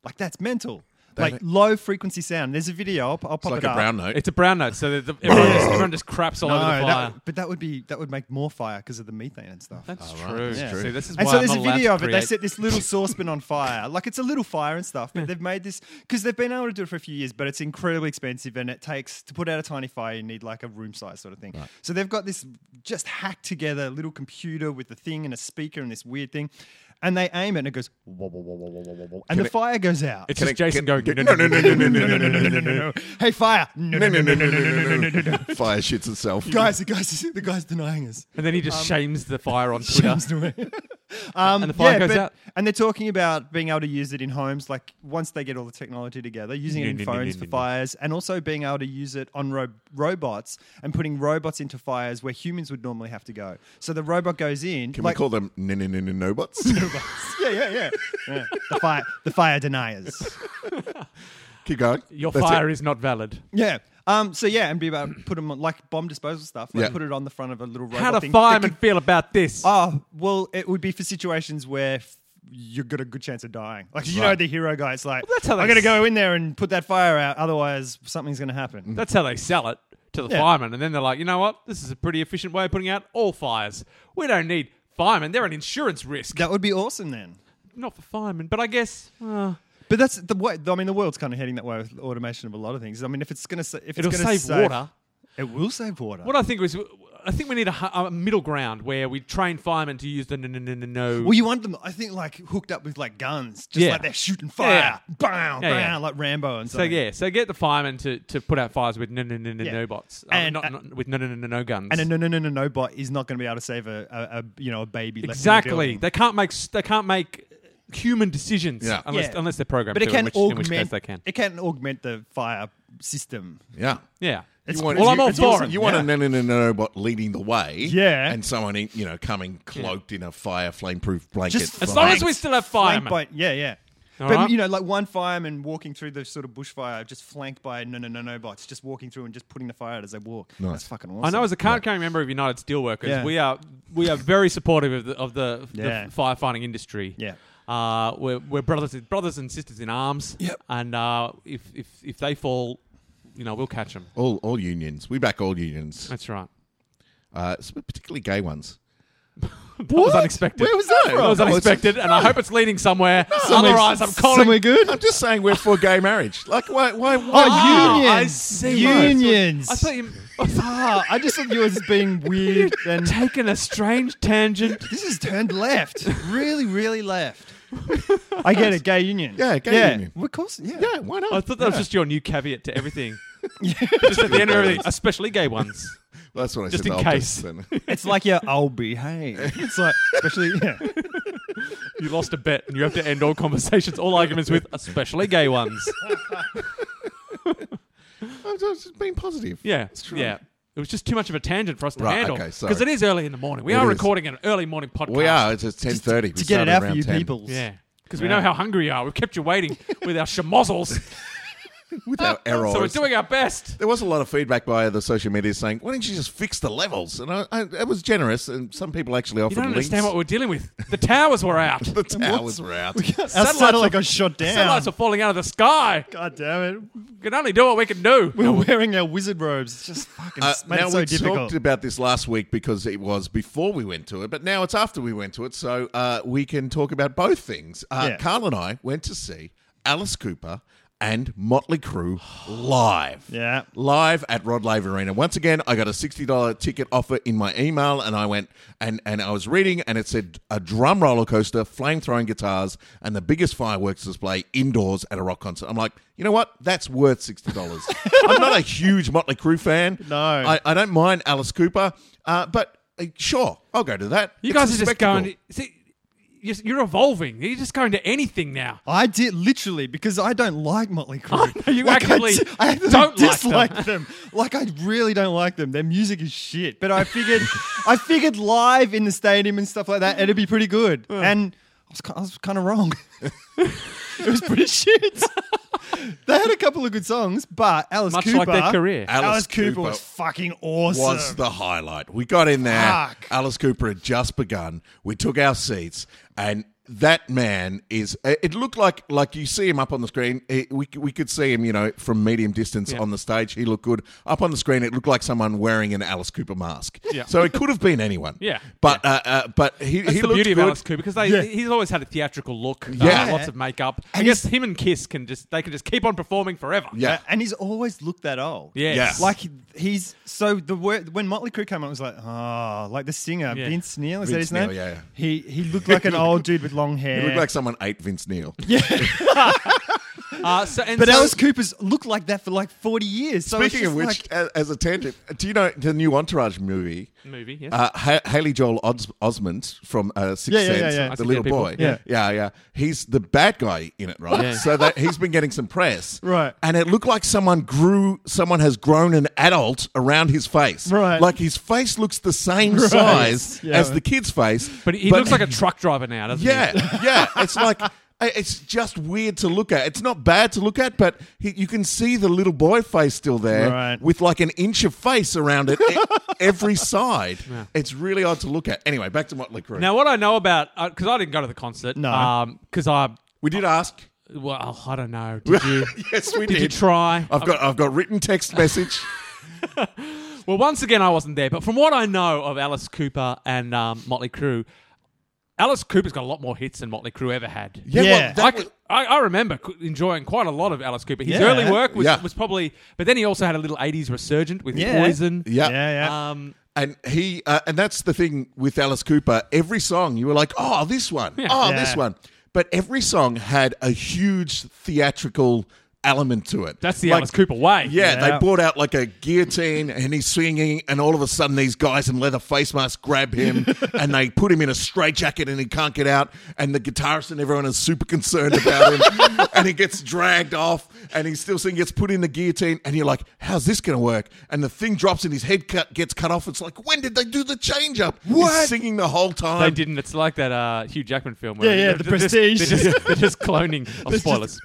D: Like that's mental. like low frequency sound. There's a video. I'll, I'll
A: It's
D: pop
A: like
D: it
A: a
D: up.
A: brown (laughs) note.
C: it's a brown note, so that the, everyone, just, everyone just craps all
D: no,
C: over the fire.
D: that, but that would be that would make more fire because of the methane and stuff.
C: That's
A: Oh, right,
C: true.
A: that's true.
C: See, this is
D: And
C: why
D: so
C: I'm not
D: there's a
C: allowed
D: video
C: to
D: of it. They
C: create-
D: set this little saucepan on fire. Like it's a little fire and stuff, but they've made this because they've been able to do it for a few years, but it's incredibly expensive and it takes to put out a tiny fire, you need like a room size sort of thing. So they've got this just hacked together little computer with the thing and a speaker and this weird thing. And they aim it and it goes, whoa, whoa, whoa, whoa, whoa, whoa, whoa, whoa, and the fire goes out.
C: It's
A: Can
C: just
A: I-
C: Jason
A: can-
C: going.
A: can- no, no, no, no, no, no, no, no, no,
D: no. Hey, fire! (laughs) No, no, no, no, no, no, no, no, no, no.
A: Fire shits itself.
D: Guys, the guys, the guys denying us.
C: And then he
D: Um,
C: just shames the fire
D: (laughs)
C: on Twitter.
D: Comes to it.
C: (laughs)
D: um,
C: And the fire goes
D: but-
C: out.
D: And they're talking about being able to use it in homes, like once they get all the technology together, using it in phones for fires, and also being able to use it on ro- robots and putting robots into fires where humans would normally have to go. So the robot goes in.
A: Can
D: like,
A: we call them
C: (laughs)
A: no-no-no-no-bots?
D: (laughs) yeah, yeah, yeah, yeah. The fire, the fire deniers.
A: Keep going.
C: Your
A: That's it.
C: fire is not valid.
D: Yeah. Um, so yeah, and be about put them on, like bomb disposal stuff. Like
A: Yeah.
D: put it on the front of a little robot.
C: How do
D: thing that
C: firemen
D: can-
C: feel about this?
D: Oh well, it would be for situations where f- you've got a good chance of dying. Like you know,
A: Right.
D: the hero guy. It's like
C: that's how
D: I'm
C: they
D: going to
C: s-
D: go in there and put that fire out. Otherwise, something's going to happen.
C: That's how they sell it to the
D: Yeah.
C: firemen. And then they're like, you know what? This is a pretty efficient way of putting out all fires. We don't need firemen. They're an insurance risk.
D: That would be awesome then.
C: Not for firemen, but I guess uh,
D: But that's the way. I mean, the world's kind of heading that way with automation of a lot of things. I mean, if it's going to if
C: it'll
D: it's
C: save,
D: going
C: water.
D: it will save water.
C: What I think is, I think we need a, hu- a middle ground where we train firemen to use the no, no, no, no, no.
D: Well, you want them, I think, like hooked up with like guns, just
C: Yeah.
D: like they're shooting
C: Yeah.
D: fire, bam,
C: Yeah,
D: bam,
C: yeah.
D: like Rambo and
C: so
D: something.
C: yeah, so get the firemen to, to put out fires with no, no, no, no,
D: Yeah.
C: no bots, Uh,
D: And-
C: not,
D: and-
C: not- with no, no, no, no, no guns.
D: And a no, no, no, no, no bot is not going to be able to save a, a, a you know, a baby. left in the
C: exactly.
D: building.
C: They can't make s- they can't make human decisions
A: Yeah.
C: unless
D: Yeah.
C: unless they're programmed.
D: but it
C: to,
D: can
C: in which, in
D: augment.
C: which case they can.
D: It can augment the fire system.
A: Yeah.
C: Yeah.
D: It's
A: want-
C: well, I'm all
A: it's
C: for
A: awesome.
C: it.
A: You want
D: Yeah.
A: a no no no no robot leading the way,
D: Yeah.
A: and someone in, you know coming cloaked in a fire flameproof blanket.
D: Just
C: As long as
A: fine.
C: we still have
D: Flanked
C: firemen.
D: by, yeah, yeah.
C: All
D: but
C: right.
D: you know, like one fireman walking through the sort of bushfire, just flanked by no, no, no, no bots, just walking through and just putting the fire out as they walk.
A: Nice.
D: That's fucking awesome.
C: I know as a card carrying member of United Steelworkers,
D: Yeah.
C: we are we are very supportive of the of the, the
D: Yeah.
C: firefighting industry.
D: Yeah.
C: Uh, we're, we're brothers brothers and sisters in arms.
D: Yep.
C: And uh, if, if if they fall, you know, we'll catch them.
A: all all unions. We back all unions,
C: That's right.
A: uh, s- particularly gay ones.
C: That was unexpected.
A: Where was that
C: That
A: from?
C: was unexpected, and I hope it's
A: (laughs)
C: leading somewhere. Otherwise, I'm calling.
D: Somewhere good.
A: I'm just saying we're for gay marriage. Like why why? why
D: Oh,
C: (laughs) Ah, I
D: unions.
C: see.
D: Unions.
C: I thought you.
D: Ah, I just thought you were just
C: (laughs)
D: being weird and
C: Taking a strange tangent.
D: This has turned left. Really, really left. I get it. Gay union.
A: Yeah, gay union.
D: Of course. Yeah.
A: yeah, why not?
C: I thought that was
A: Yeah.
C: just your new caveat
A: (laughs)
C: to everything. just at the end of everything, especially gay ones.
A: That's what I
C: Just
A: said.
C: in
A: I'll
C: case.
A: then.
D: It's like your I'll behave. It's like, especially, yeah.
C: You lost a bet, and you have to end all conversations, all arguments with especially
A: (laughs)
C: gay ones.
A: I'm just being positive.
C: Yeah,
A: It's true.
C: yeah. It was just too much of a tangent for us to
A: Right,
C: handle
A: okay,
C: because
A: sorry.
C: it is early in the morning. We
A: It
C: are
A: is.
C: recording an early morning podcast.
A: we are. It's ten thirty.
D: To get it out for you people.
C: yeah, because we know how hungry you are. We've kept
A: (laughs)
C: you waiting with our schmozzles,
A: with our errors.
C: so we're doing our best.
A: there was a lot of feedback via the social media saying, "Why didn't you just fix the levels?" And I, I, it was generous, and some people actually
C: You
A: offered
C: don't
A: links.
C: understand what we're dealing with. The towers were
A: (laughs)
C: out.
A: the towers were out.
D: Our
C: Satellites
D: satellite
C: are-
D: got shot down.
C: Satellites are falling out of the sky.
D: God damn it.
C: We can only do what we can do.
D: We're wearing our wizard robes. It's just fucking
A: Uh,
D: made
A: now
D: it so
A: we
D: difficult.
A: talked about this last week because it was before we went to it, but now it's after we went to it, so uh, we can talk about both things. Uh,
D: Yeah.
A: Carl and I went to see Alice Cooper and Motley Crue live.
D: Yeah.
A: live at Rod Laver Arena. Once again, I got a sixty dollar ticket offer in my email, and I went and and I was reading, and it said a drum roller coaster, flame throwing guitars, and the biggest fireworks display indoors at a rock concert. I'm like, you know what? That's worth sixty
C: (laughs)
A: dollars. I'm not a huge Motley Crue fan.
D: No.
A: I, I don't mind Alice Cooper, uh, but. uh, Sure, I'll go to that.
C: You
A: It's
C: guys
A: a
C: are just
A: spectacle.
C: going. To, see, you're, you're evolving. You're just going to anything now.
D: I did literally because I don't like Motley Crue.
C: I know, you
D: Like,
C: actively
D: I, di- I actually
C: don't like
D: dislike them. Like I really don't like them. Their music is shit. But I figured, (laughs) I figured live in the stadium and stuff like that, it'd be pretty good. And I was, ki- I was kind of wrong. (laughs) it was pretty shit. they had a couple of good songs, but Alice
C: Much
D: Cooper,
C: like their career.
A: Alice
D: Alice, Cooper,
A: Cooper
D: was fucking awesome.
A: was the highlight. We got in there.
D: Fuck.
A: Alice Cooper had just begun. We took our seats, and that man is. It looked like like you see him up on the screen. It, we we could see him, you know, from medium distance on the stage. He looked good up on the screen. It looked like someone wearing an Alice Cooper mask.
C: Yeah.
A: So it could have been anyone.
C: Yeah.
A: But Uh, uh, but he
C: That's
A: he
C: the
A: looked
C: beauty
A: good.
C: of Alice Cooper because they,
D: Yeah.
C: he's always had a theatrical look. uh,
A: Yeah.
C: lots of makeup. I
D: And
C: guess
D: he's-
C: him and Kiss can just they can just keep on performing forever.
A: Yeah.
D: and he's always looked that old.
C: Yes.
A: Yeah.
D: Like he- he's so the word when Motley Crue came out it was like oh like the singer
C: Yeah.
D: Vince Neil is that
A: Vince
D: his name?
A: Neil, yeah, yeah.
D: He he looked like an old dude with long
A: (laughs)
D: hair.
A: He looked like someone ate Vince Neil.
C: Uh, so, and
D: but
C: so-
D: Alice Cooper's looked like that for like forty years. So it's
A: Speaking of
D: just
A: which,
D: like-
A: a- as a tangent, do you know the new Entourage movie?
C: Movie, yes.
A: Uh, ha- Haley Joel Os- Osment from uh, Sixth
D: Yeah, yeah, yeah,
A: Sense,
D: yeah. I
A: the
C: see
A: little
C: dead people.
A: boy.
D: Yeah.
A: yeah, yeah. He's the bad guy in it, right?
C: Yeah.
A: So that he's been getting some press,
D: Right.
A: And it looked like someone grew, someone has grown an adult around his face,
D: Right.
A: Like his face looks the
D: (laughs)
A: same size
D: Yeah.
A: as the kid's face,
C: but he, he looks like a truck driver now,
A: (laughs)
C: doesn't
A: yeah, yeah. It's like I- It's just weird to look at. It's not bad to look at, but he, you can see the little boy face still there
D: Right.
A: with like an inch of face around it (laughs) e- every side. It's really odd to look at. Anyway, back to Motley Crue.
C: Now, what I know about because I didn't go to the concert.
D: No.
C: because I
A: we did ask.
C: well, I don't know. Did you?
A: yes, we
C: Did
A: did. Uh,
C: you try?
A: I've got I've got written text message.
C: Well, once again, I wasn't there, but from what I know of Alice Cooper and um, Motley Crue, Alice Cooper's got a lot more hits than Motley Crue ever had.
A: Yeah, well,
D: Yeah.
A: that
C: I,
A: was-
C: c- I- I remember c- enjoying quite a lot of Alice Cooper. His
D: Yeah.
C: early work was,
A: Yeah.
C: was probably, but then he also had a little '80s resurgent with
D: Yeah.
C: Poison.
A: yeah.
D: yeah, yeah.
C: Um,
A: And he uh, and that's the thing with Alice Cooper. Every song you were like, "Oh, this one. Oh,
D: Yeah.
A: this one." But every song had a huge theatrical element to it.
C: that's the
A: Like,
C: Alice Cooper way.
A: Yeah,
D: Yeah.
A: they brought out like a guillotine and he's swinging, and all of a sudden, these guys in leather face masks grab
D: (laughs)
A: him and they put him in a straitjacket and he can't get out. And the guitarist and everyone is super concerned about
D: (laughs)
A: him. and he gets dragged off and he's still singing, gets put in the guillotine. And you're like, how's this going to work? And the thing drops and his head cut, gets cut off. It's like, when did they do the change up? He's singing the whole time.
C: They didn't. It's like that uh, Hugh Jackman film. Where
D: Yeah, yeah,
C: they're
D: The
C: just-
D: Prestige.
C: They're just, they're just cloning. Oh, spoilers.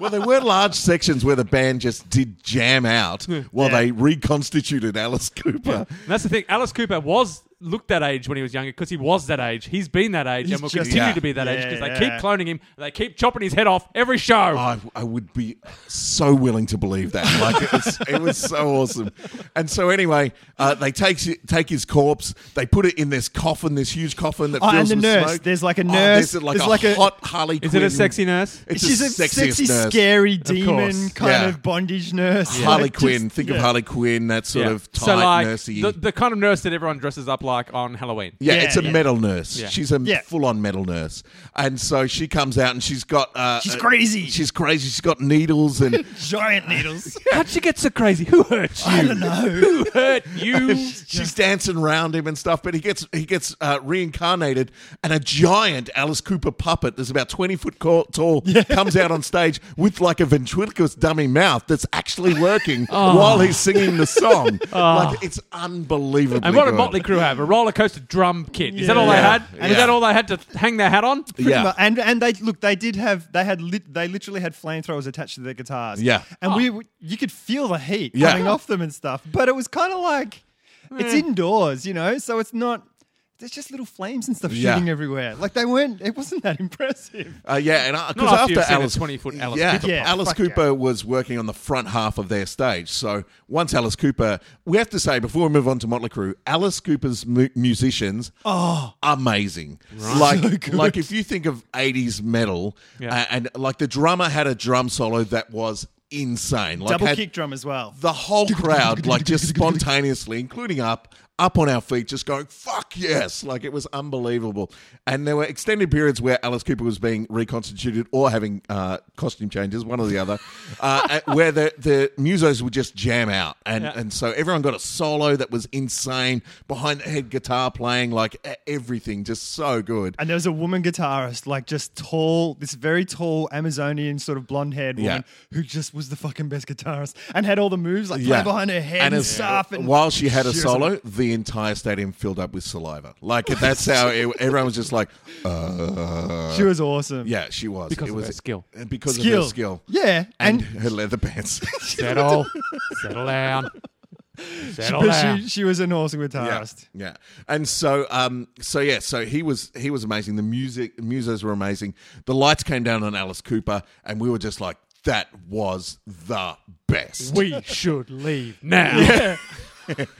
A: Well, there were large sections where the band just did jam
D: (laughs)
A: out while
D: Yeah.
A: they reconstituted Alice Cooper.
C: And that's the thing. Alice Cooper was looked that age when he was younger because he was that age. He's been that age
D: He's
C: and will
D: just-
C: continue
A: Yeah. Oh,
C: to be that age because they keep
D: Yeah.
C: cloning him. And they keep chopping his head off every show.
A: I, I would be so willing to believe that. Like it was, it was so awesome. And so anyway, uh, they take take his corpse. They put it in this coffin, this huge coffin that
D: Oh,
A: fills
D: and
A: with
D: the nurse.
A: smoke.
D: There's like a
A: Oh,
D: nurse.
A: there's like,
D: There's
A: a,
D: like a-
A: hot Harley.
C: Is
A: Quinn.
C: it a sexy nurse?
A: It's
D: She's
A: the
D: a sexy,
A: sexiest nurse.
D: scary
C: course.
D: demon kind
A: Yeah.
D: of bondage nurse.
A: Harley
D: (laughs) Like, just-
A: Quinn. Think of
D: yeah.
A: Harley Quinn. That sort
C: Yeah.
A: of tight,
C: so like
A: nursey.
C: the, the kind of nurse that everyone dresses up like on Halloween.
A: Yeah,
D: Yeah,
A: it's a
D: yeah.
A: metal nurse.
C: Yeah.
A: She's a
D: Yeah.
A: full-on metal nurse, and so she comes out and she's got. Uh,
D: She's
A: uh,
D: crazy.
A: She's crazy. She's got needles and (laughs)
D: Giant needles.
C: How'd she get so crazy? Who hurt you?
D: I don't know.
C: Who hurt you?
A: She's dancing around him and stuff, but he gets he gets uh, reincarnated, and a giant Alice Cooper puppet that's about twenty foot ca- tall comes out on stage with like a ventriloquist dummy mouth that's actually
C: (laughs)
A: working
C: Oh.
A: while he's singing the song. Like it's unbelievable.
C: And what did Motley Crue have? A roller coaster drum kit. Is that all they
A: Yeah.
C: had?
A: Yeah.
C: Is that all they had to hang their hat on?
D: Pretty
A: Yeah.
D: mu- and and they look they did have they had lit, they literally had flamethrowers attached to their guitars.
A: Yeah.
D: and we we you could feel the heat
A: Yeah.
D: coming off them and stuff. But it was kind of like it's indoors, you know, so it's not. There's just little flames and stuff
A: Yeah.
D: shooting everywhere. Like they weren't. It wasn't that (laughs) impressive.
A: Uh, yeah, and because
C: Not after
A: after,
C: you've seen a
A: Alice,
C: 20-foot Alice
A: yeah,
C: Cooper
D: Yeah,
A: Alice
D: fuck
A: Cooper was working on the front half of their stage. So once Alice Cooper, we have to say before we move on to Motley Crue, Alice Cooper's mu- musicians
C: Oh.
A: are amazing. Like, like if you think of '80s metal,
C: Yeah.
A: uh, and like the drummer had a drum solo that was insane. Like
D: Double
A: had-
D: kick drum as well.
A: the whole crowd, like just spontaneously, including up, up on our feet, just going, fuck yes. Like it was unbelievable. And there were extended periods where Alice Cooper was being reconstituted or having uh, costume changes, one or the other,
D: (laughs)
A: uh, at- where the, the musos would just jam out. And,
C: Yeah.
A: and so everyone got a solo that was insane, behind the head guitar playing, like e- everything, just so good.
D: And there was a woman guitarist, like just tall, this very tall Amazonian sort of blonde haired woman who just was the fucking best guitarist and had all the moves like play behind her head and,
A: as-
D: stuff. And
A: while she had a
D: She was
A: solo, the entire stadium filled up with saliva. Like that's how it, everyone was just like, uh.
D: she was awesome.
A: Yeah, she was
C: Because
A: it
C: of
A: was
C: her skill.
A: and because of
D: Skill.
A: her skill.
D: Yeah.
A: (laughs) and,
D: And,
A: her leather
D: (laughs)
A: pants.
C: Settle. (laughs) Settle down. Settle
D: but
C: down.
D: she, she was an awesome
A: yeah, (laughs)
D: guitarist.
A: yeah. And so, um, so yeah, so he was he was amazing. The music, musos were amazing. The lights came down on Alice Cooper, and we were just like, that was the best.
C: we should leave now.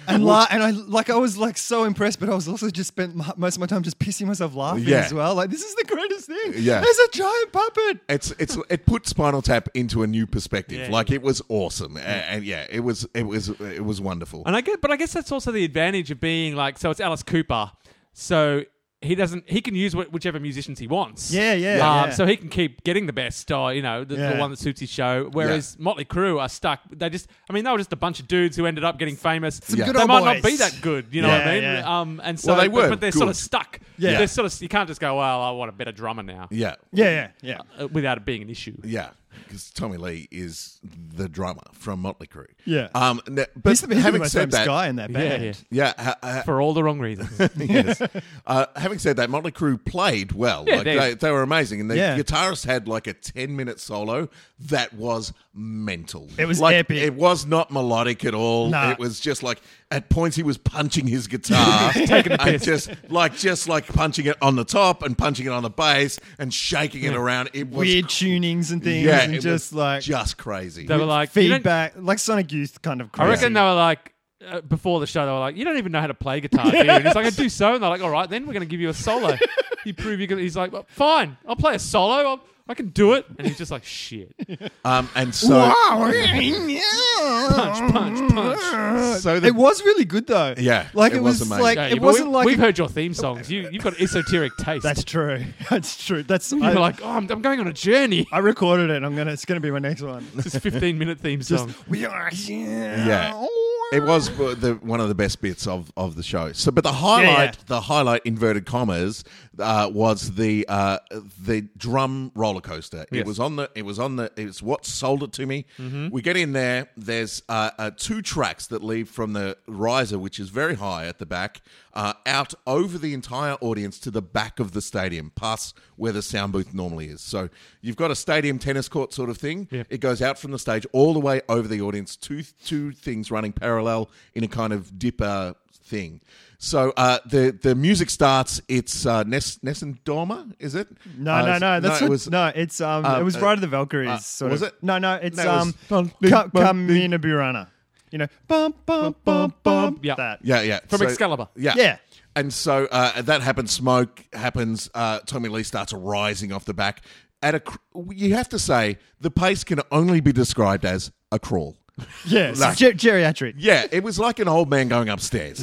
D: And la- and I like I was like so impressed, but I was also just spent m- most of my time just pissing myself laughing
A: Yeah.
D: as well. Like this is the greatest thing.
A: Yeah.
D: There's a giant puppet.
A: it's it's it put Spinal Tap into a new perspective.
C: Yeah.
A: like it was awesome, A- and, yeah, it was it was it was wonderful.
C: And I get, but I guess that's also the advantage of being like, so it's Alice Cooper, so he doesn't, he can use wh- whichever musicians he wants.
D: Yeah, yeah,
C: Um,
D: yeah.
C: So he can keep getting the best, or you know, the, the
D: Yeah.
C: one that suits his show. Whereas Motley Crue are stuck. They just, I mean, they were just a bunch of dudes who ended up getting famous.
A: Yeah. good
C: They
D: old
C: might not
D: boys.
C: be that good, you know what I
D: Yeah,
C: mean?
D: yeah.
C: Um, and so
A: Well, they
C: but-
A: were
C: but, they're sort of
A: good.
C: stuck.
D: Yeah.
C: they're sort of. You can't just go, well, I want a better drummer now,
A: yeah,
D: Yeah, yeah, yeah.
C: uh, without it being an issue.
A: yeah. because Tommy Lee is the drummer from Motley Crue.
D: Yeah.
A: Um, n- but
D: He's the, he's the
A: having
D: most
A: said
D: famous
A: that,
D: guy in that band.
C: yeah.
A: yeah, ha- ha- (laughs)
C: for all the wrong reasons.
A: yes. Uh, having said that, Motley Crue played well.
C: Yeah,
A: like,
C: they-
A: they, they, were amazing, and the
D: Yeah.
A: guitarist had like a ten-minute solo that was mental.
D: It was
A: like,
D: epic.
A: It was not melodic at all.
D: Nah.
A: It was just like at points he was punching his
D: (laughs)
A: guitar, taking and just like just like punching it on the top and punching it on the bass and shaking it around. It was
D: Weird tunings and things,
A: yeah,
D: and
A: it
D: just
A: was
D: like
A: just crazy.
C: They were like, you don't-
D: feedback, like Sonic Youth kind of.
C: I
D: Crazy.
C: reckon they were like, uh, before the show, they were like, you don't even know how to play guitar, do you? And he's like, I do so. And they're like, all right, then we're going to give you a solo. you prove you can. He's like, well, fine, I'll play a solo. I'll, I can do it. And he's just like, shit.
A: um, and so (laughs)
D: Punch,
C: Punch, punch.
D: (laughs)
A: so the,
D: It was really good though.
A: Yeah,
D: like it,
A: it
D: was,
A: was amazing.
D: like
C: Yeah,
D: it
C: but
D: wasn't
C: we,
D: like
C: We've
D: a-
C: heard your theme songs. You, you've got esoteric taste.
D: that's true. (laughs) That's true. That's
C: You're
D: I,
C: like, oh, I'm, I'm going on a journey.
D: I recorded it. I'm gonna. It's gonna be my next one.
C: This is 15 minute theme song.
D: we are.
A: Yeah. It was uh, the, one of the best bits of, of the show. So, but the highlight,
D: yeah.
A: the highlight inverted commas, uh, was the uh, the drum roller coaster.
C: Yes.
A: It was on the. It was on the. It's what sold it to me.
D: Mm-hmm.
A: We get in there. There's uh, uh, two tracks that lead from the riser, which is very high at the back, uh, out over the entire audience to the back of the stadium, past where the sound booth normally is. So you've got a stadium tennis court sort of thing.
C: Yep.
A: It goes out from the stage all the way over the audience, two two things running parallel in a kind of dipper thing. So uh, the the music starts. It's uh, Ness Nessun Dorma, is it?
D: No,
A: Uh,
D: no, no. That's
A: it
D: what,
A: was-
D: no. It's um.
A: um,
D: it was
A: uh,
D: Ride of the Valkyries. sort
A: was
D: of.
A: it?
D: No, no. It's
A: No, it was-
D: um.
A: Dun, dun,
D: Come,
A: dun,
D: come
A: dun.
D: in a Burana. You know, bum bum bum bum.
C: Yeah.
D: That.
A: yeah, yeah,
C: From
A: So-
C: Excalibur.
A: Yeah,
D: Yeah.
A: And so uh, that happens. Smoke happens. Uh, Tommy Lee starts rising off the back. At a, cr- you have to say the pace can only be described as a crawl.
D: Yeah. it's ge- geriatric.
A: Yeah, it was like an old man going
D: (laughs)
A: upstairs.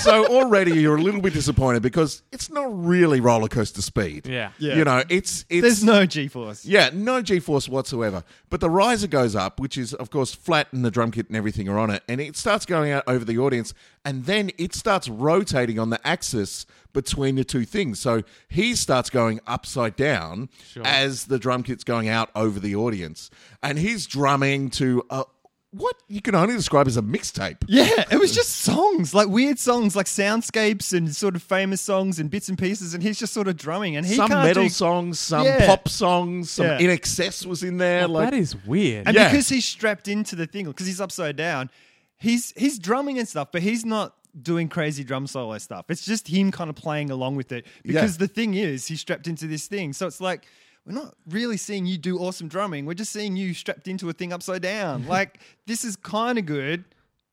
A: so already you're a little bit disappointed because it's not really roller coaster speed.
C: Yeah.
D: Yeah.
A: You know, it's it's
D: There's no G-force.
A: yeah, no G force whatsoever. But the riser goes up, which is, of course, flat and the drum kit and everything are on it. And it starts going out over the audience. And then it starts rotating on the axis between the two things. So he starts going upside down as the drum kit's going out over the audience. And he's drumming to uh, what you can only describe as a mixtape.
D: Yeah, it was just songs, like weird songs, like soundscapes and sort of famous songs and bits and pieces, and he's just sort of drumming. And he
A: some
D: can't
A: metal
D: do,
A: songs, some
D: Yeah.
A: pop songs, some
D: Yeah.
A: In Excess was in there. like
C: that is weird.
D: and
A: Yeah.
D: because he's strapped into the thing, because he's upside down, he's he's drumming and stuff, but he's not doing crazy drum solo stuff. It's just him kind of playing along with it. Because the thing is, he's strapped into this thing, so it's like. We're not really seeing you do awesome drumming. We're just seeing you strapped into a thing upside
A: (laughs)
D: down. Like, this is kind of good.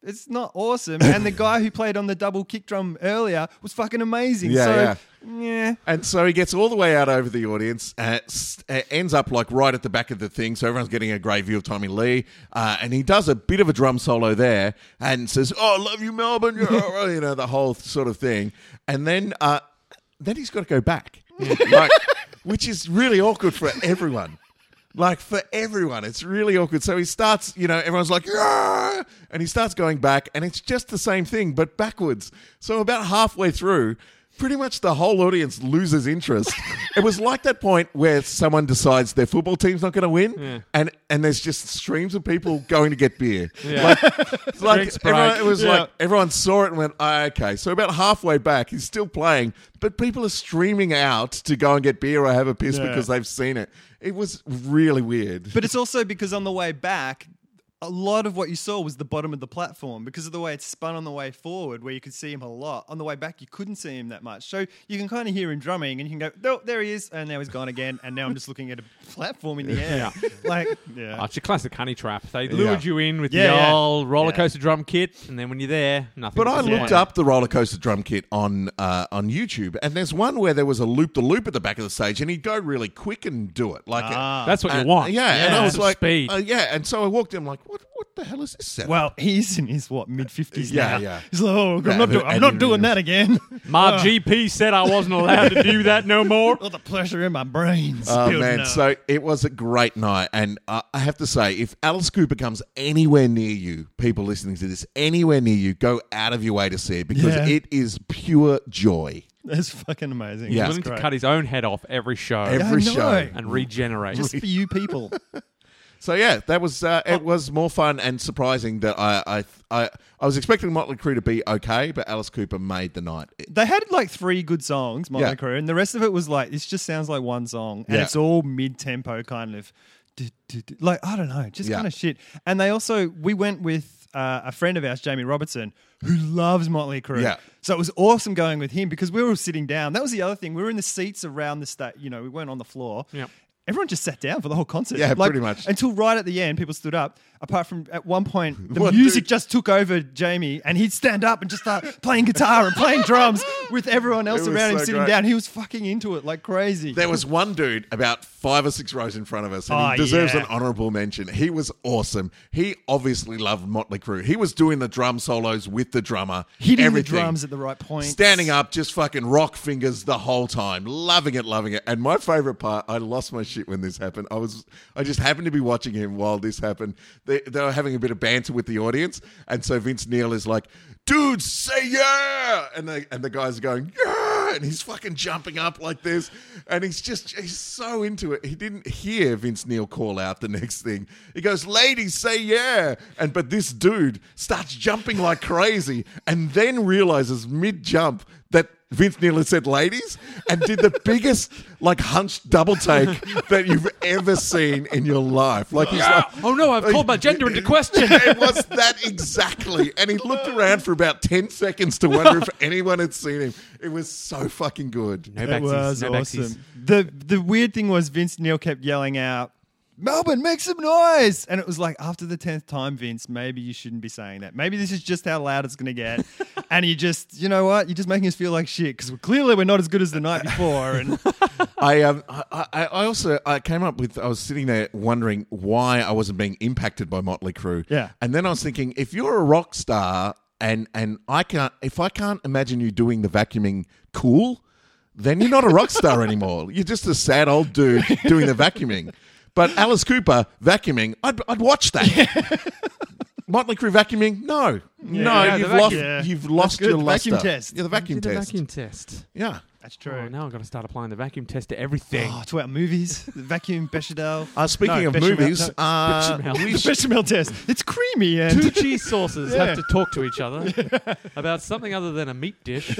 D: It's not awesome. And the guy who played on the double kick drum earlier was fucking amazing.
A: Yeah,
D: so,
A: yeah.
D: Yeah.
A: And so he gets all the way out over the audience, uh, s- uh, ends up like right at the back of the thing, so everyone's getting a great view of Tommy Lee. Uh, and he does a bit of a drum solo there and says, "Oh, I love you, Melbourne," (laughs) yeah," you know, the whole sort of thing. And then, uh, then he's got to go back, like, which is really awkward for everyone. Like for everyone, it's really awkward. So he starts, you know, everyone's like, "Yeah," and he starts going back, and it's just the same thing, but backwards. So about halfway through, pretty much the whole audience loses interest. it was like that point where someone decides their football team's not going to win, and and there's just streams of people going to get beer.
C: Yeah.
A: It's like
C: Drinks break.
A: everyone, it was
D: Yeah.
A: like everyone saw it and went, "Ah, okay. So about halfway back, he's still playing, but people are streaming out to go and get beer or have a piss
D: Yeah.
A: because they've seen it. It was really weird.
D: But it's also because on the way back, a lot of what you saw was the bottom of the platform because of the way it spun on the way forward, where you could see him a lot. On the way back, you couldn't see him that much. So you can kind of hear him drumming and you can go, no, there he is. And now he's gone again. And now I'm just looking at a platform in the air. (laughs) Like,
C: Oh,
D: yeah.
C: it's your classic honey trap. They lured
A: Yeah.
C: you in with
D: Yeah,
C: the
D: yeah.
C: old roller
D: Yeah.
C: coaster drum kit, and then when you're there, nothing.
A: But I
C: Yeah.
A: looked up the roller coaster drum kit on uh, on YouTube, and there's one where there was a loop the loop at the back of the stage, and he'd go really quick and do it like.
D: Ah.
C: That's what you
A: and-
C: want.
A: uh, Yeah, and I was
C: Some
A: like,
C: speed.
A: uh, yeah, and so I walked in, I'm like, what? What the hell is this? Setup?
D: (laughs) Well, he's in his, what, mid 50s
A: Yeah,
D: now.
A: yeah.
D: He's like, oh, I'm
A: Yeah,
D: not,
A: but
D: do-
A: I
D: I'm not
A: didn't
D: doing
A: really-
D: that again. (laughs)
C: My GP said I wasn't allowed to do that no more.
D: All the pleasure in my brains.
A: Oh man, so it was a great night, and uh, I have to say, if Alice Cooper comes anywhere near you, people listening to this, anywhere near you, go out of your way to see it because
D: Yeah.
A: it is pure joy.
D: That's fucking amazing.
A: Yeah.
D: (laughs) That's
C: willing to
D: great.
C: cut his own head off every show
A: Every
D: I know.
A: show,
C: and regenerate.
D: Just for you people.
A: So yeah, that was uh, it. Was more fun and surprising that I I I, I was expecting Motley Crue to be okay, but Alice Cooper made the night.
D: They had like three good songs, Motley
A: Yeah.
D: Crue, and the rest of it was like this. Just sounds like one song, and
A: Yeah.
D: it's all mid-tempo kind of, du- du- du- like I don't know, just
A: Yeah.
D: kind of shit. And they also we went with uh, a friend of ours, Jamie Robertson, who loves Motley Crue.
A: Yeah.
D: So it was awesome going with him because we were all sitting down. That was the other thing. We were in the seats around the state. You know, we weren't on the floor.
C: Yep.
D: Everyone just sat down for the whole concert.
A: Yeah, pretty much.
D: Until right at the end, people stood up. Apart from at
A: (laughs)
D: one point, the
A: What
D: music
A: dude?
D: just took over Jamie, and he'd stand up and just start (laughs) playing guitar and playing drums with everyone else
A: was
D: around him
A: so
D: sitting
A: great.
D: down. He was fucking into it like crazy.
A: There was one dude about five or six rows in front of us, and
D: Oh,
A: he deserves
D: yeah.
A: an honourable mention. He was awesome. He obviously loved Motley Crue. He was doing the drum solos with the drummer,
D: Hitting
A: everything.
D: the drums at the right point.
A: Standing up, just fucking rock fingers the whole time, loving it, loving it. And my favorite part, I lost my shit when this happened. I was, I just happened to be watching him while this happened. They, they were having a bit of banter with the audience, and so Vince Neil is like, "Dude, say yeah!" And the and the guys are going, "Yeah!" And he's fucking jumping up like this, and he's just he's so into it. He didn't hear Vince Neil call out the next thing. He goes, "Ladies, say yeah!" And but this dude starts jumping like crazy, and then realizes mid jump that Vince Neil had said ladies and did the biggest like hunched double take that you've ever seen in your life. Like he's like
C: oh no, I've called my gender into
D: (laughs)
C: question.
A: it was that exactly. And he looked around for about 10 seconds to wonder if anyone had seen him. It was so fucking good.
C: No
D: It
C: backsies,
D: was
C: no backsies.
D: awesome. The the weird thing was Vince Neil kept yelling out, Melbourne, make some noise. And it was like after the tenth time, Vince, maybe you shouldn't be saying that. Maybe this is just how loud it's
A: (laughs)
D: gonna get. and you just, you know what? You're just making us feel like shit because clearly we're not as good as the night before. And
A: I, um, I, I I also I came up with, I was sitting there wondering why I wasn't being impacted by Motley Crue.
D: Yeah.
A: And then I was thinking, if you're a rock star and, and I can't, if I can't imagine you doing the vacuuming cool, then you're not a rock star anymore. (laughs) You're just a sad old dude doing the vacuuming. But Alice Cooper vacuuming, I'd, I'd watch
D: (laughs)
A: that. Motley Crue vacuuming? No, no,
C: Yeah, the
A: you've
C: vacuum.
A: lost,
D: Yeah.
A: you've lost
D: That's good,
A: your
D: the
A: luster.
D: vacuum test.
A: Yeah, the vacuum
C: Did a
A: test.
C: vacuum test.
A: Yeah,
D: that's
C: Oh,
D: true.
C: now I've got to start applying the vacuum test to everything.
D: Oh, to our (laughs) movies, the vacuum bechamel.
A: Uh, speaking
D: No,
A: of
D: bechamel,
A: movies,
D: no,
A: uh,
C: bechamel.
A: we
D: the
A: should-
D: bechamel test. It's creamy
C: (laughs)
D: and
C: Two cheese sauces
D: Yeah.
C: have to talk to each
D: (laughs)
C: other about something other than a meat dish.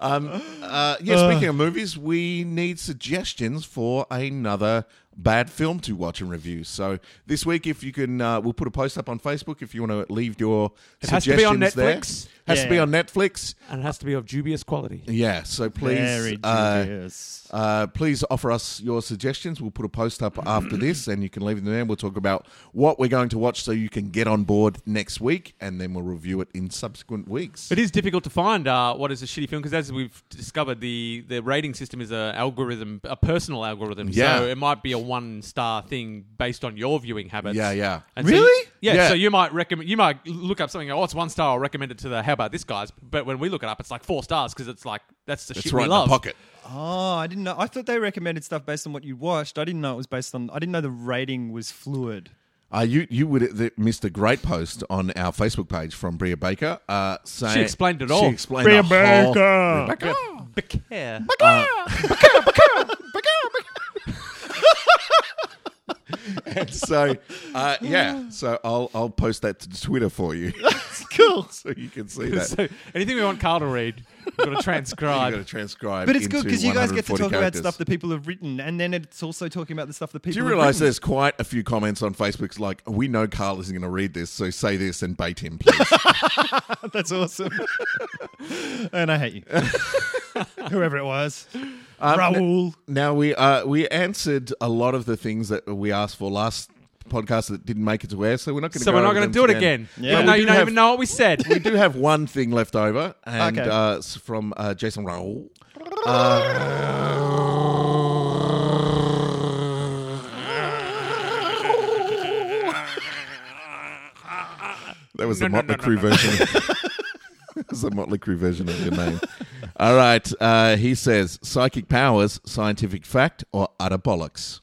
A: um, uh, yeah, speaking of movies, we need suggestions for another bad film to watch and review. So this week, if you can, uh, we'll put a post up on Facebook if you want to leave your
C: It has to
A: suggestions
C: be on
A: there.
C: Netflix.
A: Has to be
D: Yeah.
A: on Netflix.
C: and it has to be of dubious quality.
A: Yeah, so
D: (laughs) Very
A: please, uh,
D: dubious.
A: Uh, please offer us your suggestions. We'll put a post up after this, and you can leave them there. We'll talk about what we're going to watch, so you can get on board next week, and then we'll review it in subsequent weeks.
C: It is difficult to find uh, what is a shitty film because, as we've discovered, the, the rating system is a algorithm, a personal algorithm.
A: Yeah.
C: So it might be a one star thing based on your viewing habits.
A: Yeah, yeah.
C: And so you-
D: Really?
C: yeah,
A: Yeah.
C: So you might recommend, you might look up something. Oh, it's one star. I'll recommend it to the. How about this guys? But when we look it up, it's like four stars because it's like that's the
A: It's
C: shit
A: right
C: we
A: in
C: love.
A: the pocket.
D: Oh, I didn't know. I thought they recommended stuff based on what you watched. I didn't know it was based on. I didn't know the rating was fluid.
A: Uh, you you would th- missed a great post on our Facebook page from Bria Baker. Uh, saying,
C: She explained it all.
A: She explained
D: Bria
A: the whole-
D: Baker.
A: Bria Baker.
C: Yeah.
A: And so
C: (laughs)
A: uh, yeah, so I'll I'll post that to Twitter for you, (laughs)
D: Cool.
A: so you can
C: (laughs)
A: see that.
C: (laughs) So anything we want Carl to read, we've got
A: (laughs)
C: to
A: You've got to
C: transcribe.
A: transcribe,
D: But it's good
A: into
D: because you guys get to
A: 140
D: talk
A: characters.
D: about stuff that people have written, and then it's also talking about the stuff that people.
A: Do you
D: have
A: realize
D: written.
A: there's quite a few comments on Facebook's like, we know Carl isn't going to read this, so say this and bait him, please.
D: (laughs) That's awesome. and I hate you,
A: (laughs)
D: whoever it was,
A: Um,
D: Raoul.
A: (laughs) now we uh, we answered a lot of the things that we asked for last podcast that didn't make it to air, so we're not going to.
C: So we're not going to do it again.
D: Yeah.
C: Even though
D: But
A: we
C: you
A: do
C: don't
A: have-
C: even know what we (laughs) said.
A: We do have one thing left over, and
D: Okay.
A: uh, it's from uh, Jason Raoul. Uh, That was the Motley Crue version. (laughs) That was the Motley Crue version of your name. All right. Uh, he says psychic powers, scientific fact, or utter bollocks.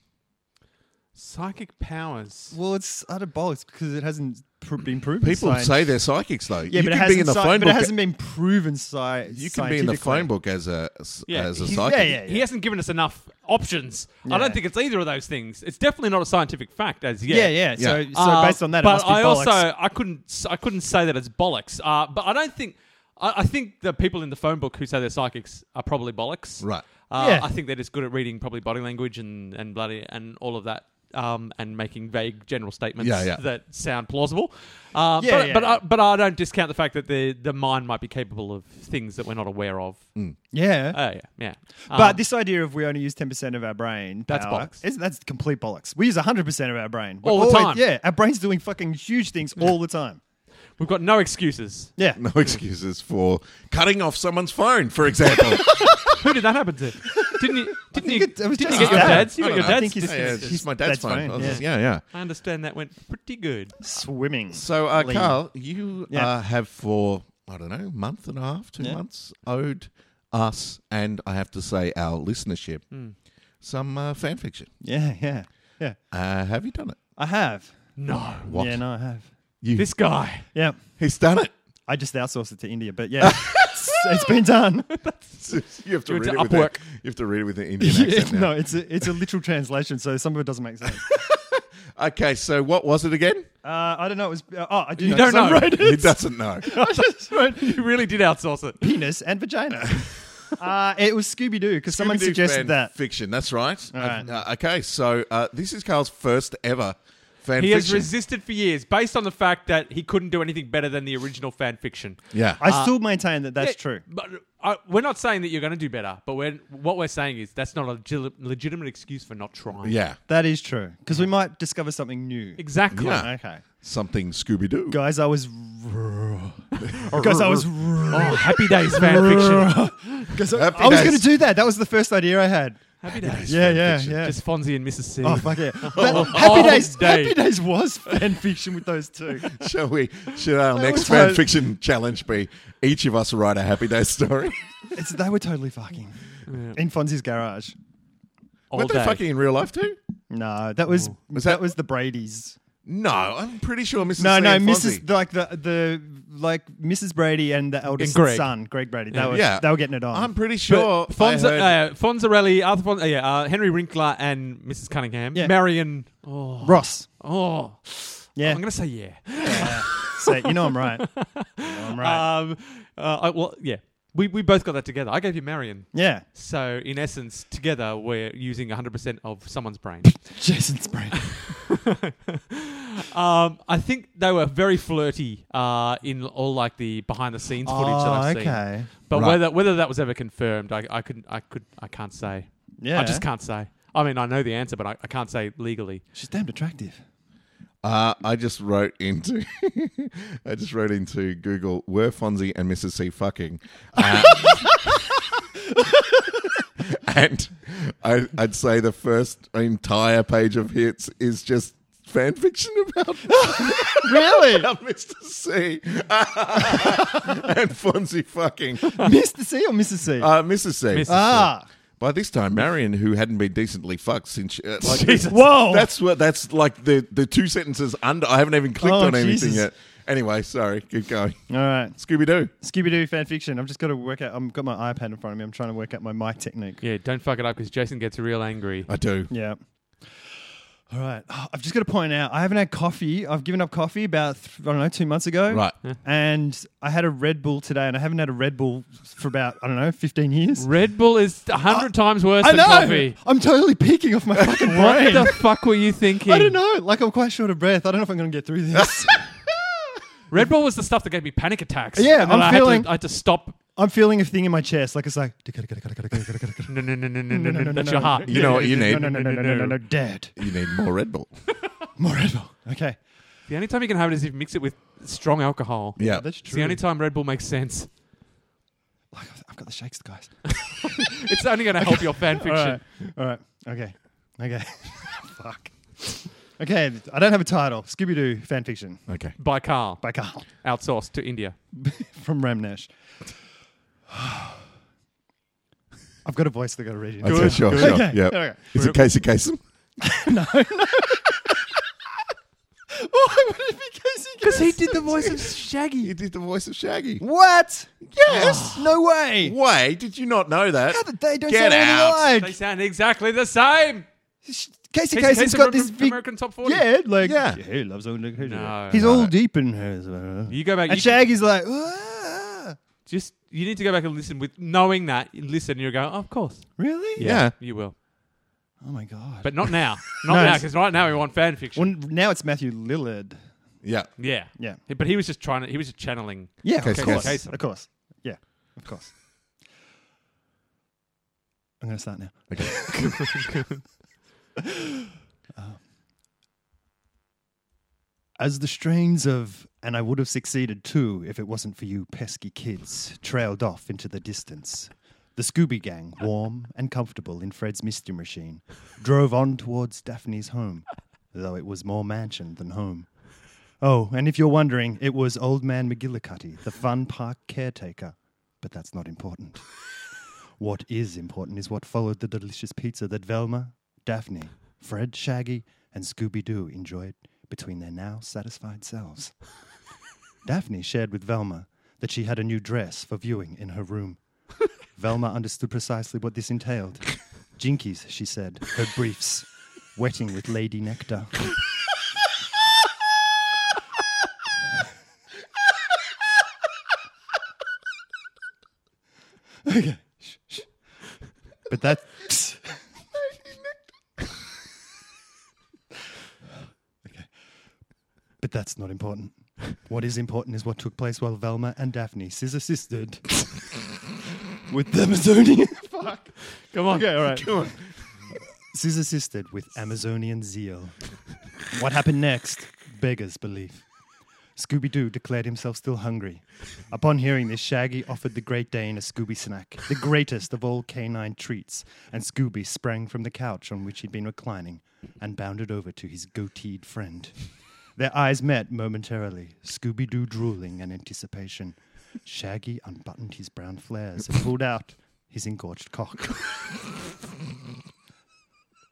C: Psychic powers.
D: Well, it's utter bollocks because it hasn't pr- been proven.
A: People
D: science.
A: say they're psychics though.
D: yeah,
A: you
D: but it
A: can
D: hasn't,
A: be in the
D: sci-
A: phone
D: but it
A: book.
D: hasn't been proven science.
A: You can be in the phone book as a as
C: Yeah,
A: a
D: he's- yeah,
A: psychic.
D: yeah,
C: He hasn't given us enough options. I
D: Yeah.
C: don't think it's either of those things. It's definitely not a scientific fact as yet.
D: Yeah, yeah. So,
A: Yeah.
D: so
C: Uh,
D: based on that,
C: but
D: it must be
C: I
D: bollocks.
C: also I couldn't I couldn't say that it's bollocks. Uh, but I don't think I, I think the people in the phone book who say they're psychics are probably bollocks.
A: Right.
C: Uh,
D: Yeah.
C: I think they're just good at reading probably body language and and bloody and all of that. Um, and making vague general statements
A: Yeah, yeah.
C: that sound plausible, uh,
D: Yeah,
C: but
D: yeah,
C: but,
D: yeah.
C: I, but I don't discount the fact that the the mind might be capable of things that we're not aware of.
D: yeah.
C: Oh yeah, yeah.
D: Mm. but
C: Um,
D: this idea of we only use ten percent of our brain
C: That's
D: power
C: bollocks.
D: Isn't, that's complete bollocks. We use hundred percent of our brain We're
C: All the
D: always-
C: time.
D: Yeah, our brain's doing fucking huge things all the time.
C: we've got no excuses.
D: Yeah,
A: (laughs) No excuses for cutting off someone's phone, for
C: (laughs)
A: example.
C: Who did that happen to? Didn't you? Didn't you?
D: it- it was
C: didn't you get
D: just his
C: your
D: dad.
C: dad's? You
A: I
C: got
A: don't
C: your
A: know.
C: dad's.
D: I think he's-
A: yeah, yeah, it's just my dad's,
D: Dad's
A: phone.
D: phone,
A: I was just- Yeah,
D: yeah.
A: yeah.
C: I understand that went pretty good.
D: swimming.
A: So, uh,
D: Lean.
A: Carl, you
D: Yeah.
A: uh, have for I don't know, month and a half, two
D: Yeah.
A: months, owed us and I have to say our listenership
C: Hmm.
A: some uh, fan fiction.
D: Yeah, yeah, yeah.
A: Uh, have you done it?
D: I have.
C: No,
A: What?
D: Yeah, no, I have.
A: You,
C: this guy. (laughs)
D: Yeah,
A: he's done it. (laughs)
D: I just outsourced it to India, but yeah, (laughs) it's- it's been done.
A: You have to
C: You
A: read
C: went to
A: it with a,
C: Upwork.
A: You have to read it with an
C: (laughs)
A: Indian
D: Yeah,
A: accent.
D: no,
A: Now.
D: it's a, it's a literal translation, so some of it doesn't
C: (laughs)
D: make sense.
A: Okay, so what was it again?
D: Uh, I don't know. It was uh, oh, I do
C: You
D: know 'cause
C: don't
D: I
C: know.
D: wrote it.
A: He doesn't know.
D: I just wrote
C: You really did outsource it.
D: penis and
C: (laughs)
D: vagina. uh, it was Scooby Doo because someone
A: Scooby-Doo fan
D: suggested that.
A: fiction. That's right.
D: All right.
A: Uh, okay, so uh, this is Carl's first ever fan
C: He has
A: fiction.
C: resisted for years, based on the fact that he couldn't do anything better than the original fan fiction.
A: yeah,
D: I still maintain that that's
C: Uh, Yeah,
D: true.
C: But I, we're not saying that you're going to do better. But we're, what we're saying is that's not a legil- legitimate excuse for not trying.
A: Uh, yeah,
D: That is true because we might discover something new.
C: Exactly.
A: Yeah.
D: Okay,
A: something Scooby Doo.
D: guys,
C: (laughs)
D: I was (laughs) guys, I was
C: Oh, happy days fan
D: (laughs)
C: fiction.
D: guys, (laughs) I,
A: Happy
D: I was
A: days.
D: going to do that. That was the first idea I had.
C: Happy days.
D: Yeah, yeah,
A: fiction.
D: yeah.
C: Just Fonzie and Mississippi.
D: Oh fuck
C: (laughs)
D: yeah! But
C: oh,
D: Happy Days,
C: day.
D: Happy Days was fan fiction with those two.
A: (laughs) Shall we? Should our next
D: was
A: fan
D: my-
A: fiction challenge be each of us write a happy day story? (laughs)
D: It's, they were totally fucking in Fonzie's garage.
C: All
A: Weren't they
C: day.
A: fucking in real life too?
D: No, that was,
A: that-
D: that, was the Brady's.
A: No, I'm pretty sure Mrs.
D: No,
A: C
D: no,
A: and
D: Mrs.
A: Fonzie.
D: Like the the like Mrs. Brady and the eldest
C: And Greg.
D: son, Greg Brady. They
C: Yeah.
D: were
A: Yeah.
D: they were getting it on.
A: I'm pretty sure.
C: But Fonza,
A: I heard-
C: uh, Fonzarelli, Arthur Fon- uh, yeah, uh, Henry Winkler, and Mrs. Cunningham.
D: Yeah.
C: Marion. Oh,
D: Ross.
C: oh.
D: Yeah.
C: I'm going to say yeah.
D: so you know
C: (laughs)
D: I'm right. You know I'm right.
C: Um, uh, I, well, yeah. We, we both got that together. I gave you Marion.
D: yeah.
C: So, in essence, together we're using 100% of someone's
D: (laughs)
C: brain.
D: Jason's Brady.
C: um, I think they were very flirty uh, in all like the behind the scenes footage that
D: Oh,
C: I've seen.
D: okay.
C: But
A: Right.
C: whether whether that was ever confirmed, I, I couldn't. I could. I can't say.
D: Yeah.
C: I just can't say. I mean, I know the answer, but I, I can't say legally.
D: She's damned
C: (laughs)
D: attractive.
A: Uh, I just wrote into, (laughs) I just wrote into Google. Were Fonzie and Mrs. C fucking? Uh, (laughs) and I, I'd say the first entire page of hits is just fan fiction about (laughs)
D: Really?
A: about Mr. C (laughs) and Fonzie fucking
C: Uh,
D: Mr. C or Mrs. C?
A: uh, Mrs. C.
C: Mrs.
D: ah.
A: By this time, Marion, who hadn't been decently fucked since, she, uh, like,
C: Jesus.
D: Whoa.
A: that's what that's like the the two sentences under. I haven't even clicked
D: Oh,
A: on anything
D: Jesus.
A: yet. Anyway, sorry, keep going.
D: All right.
A: Scooby Doo.
D: Scooby Doo fan fiction. I've just got to work out. I've got my iPad in front of me. I'm trying to work out my mic technique.
C: Yeah, don't fuck it up because Jason gets real
D: Uh,
C: angry.
A: I do.
D: Yeah. All right. I've just got to point out I haven't had coffee. I've given up coffee about, th- I don't know, two months ago.
A: Right.
D: And I had a Red Bull today, and I haven't had a Red Bull for about, I don't know, 15 years.
C: Red Bull is a hundred times worse
D: I
C: than
D: know.
C: coffee.
D: I'm totally peeking off my fucking
C: What
D: brain.
C: the fuck were you thinking?
D: I don't know. Like, I'm quite short of breath. I don't know if I'm going to get through this.
C: Red Bull was the stuff that gave me panic attacks.
D: Yeah,
C: And then
D: I'm
C: I had to-
D: feeling-
C: I had to stop.
D: I'm feeling a thing in my chest. Like, it's like,
C: No, no, no, no, no,
D: no,
C: no,
D: no,
C: no. That's
D: no,
C: your
D: no,
C: heart.
A: You know what you
D: no,
A: need?
D: no, no, no, no, no, no, no, dead.
A: You need more Red Bull.
D: More Red Bull. Okay.
C: The only time you can have it is if you mix it with strong alcohol.
A: Yeah.
D: That's
C: It's
D: true.
C: the only time Red Bull makes sense.
D: Like, I've- I've got the shakes, guys.
C: It's only going to help your fan
D: All right.
C: fiction.
D: All right. Okay. Okay. (laughs) Fuck. Okay. I don't have a title. Scooby Doo fan fiction
A: Okay.
C: By Carl,
D: by Carl (laughs)
C: outsourced to India.
D: from Ramnesh. (sighs) I've got a voice that I got to read. it.
A: Okay, sure, sure.
D: Okay.
A: Yeah.
D: (laughs) Okay.
A: Is it Casey Kasem?
D: Oh, would it be Casey
C: Because he did the voice of Shaggy.
A: He did the voice of Shaggy.
D: What?
A: Yes.
D: No way.
A: Way, did you not know that?
D: How did they don't
A: Get
D: sound anything
A: out.
C: They
D: alike?
C: sound exactly the same.
D: Sh-
C: Casey
D: Casey Kasem's
C: Kasem's
D: got this
C: Amer-
D: big
C: American top 40.
D: yeah, like
A: Yeah.
D: he loves all the
C: No.
D: He's all deep in her.
C: You go back.
D: And
C: you
D: Shaggy's like, "Ah."
C: just you need to go back and listen with knowing that. You listen, you're going. Oh, of course.
D: really?
A: Yeah.
C: you will,
D: Oh my god.
C: but not (laughs) now. Not
D: No,
C: now,
D: it's-
C: because right now we want fan fiction.
D: well, now it's Matthew Lillard.
A: Yeah.
C: yeah,
D: Yeah.
C: But he was just trying to. He was just channeling.
D: Yeah,
A: Casey
D: of course.
C: Kasem.
D: Of course. Yeah, of course. I'm going to start now.
A: Okay.
D: (laughs) Uh, As the strains of And I Would Have Succeeded Too If It Wasn't For You Pesky Kids trailed off into the distance, the Scooby Gang, warm and comfortable in Fred's mystery machine, drove on towards Daphne's home, though it was more mansion than home. Oh, and if you're wondering, it was Old Man McGillicuddy, the fun park caretaker, but that's not important. What is important is what followed the delicious pizza that Velma, Daphne, Fred, Shaggy, and Scooby Doo enjoyed between their now satisfied selves. Daphne shared with Velma that she had a new dress for viewing in her room. Velma understood precisely what this entailed. Jinkies, she said, her briefs, wetting with lady nectar. okay. Shh, shh. But that. Okay. But that's not important. What is important is what took place while Velma and Daphne scissor sistered with the Amazonian. Fuck.
C: Come on.
D: all right.
A: (laughs)
D: Scissor sistered with Amazonian zeal. What happened next beggars belief. Scooby Doo declared himself still hungry. Upon hearing this, Shaggy offered the Great Dane a Scooby snack, the greatest of all canine treats, and Scooby sprang from the couch on which he'd been reclining and bounded over to his goateed friend. Their eyes met momentarily, Scooby Doo drooling in anticipation. Shaggy unbuttoned his brown flares and pulled out his engorged cock.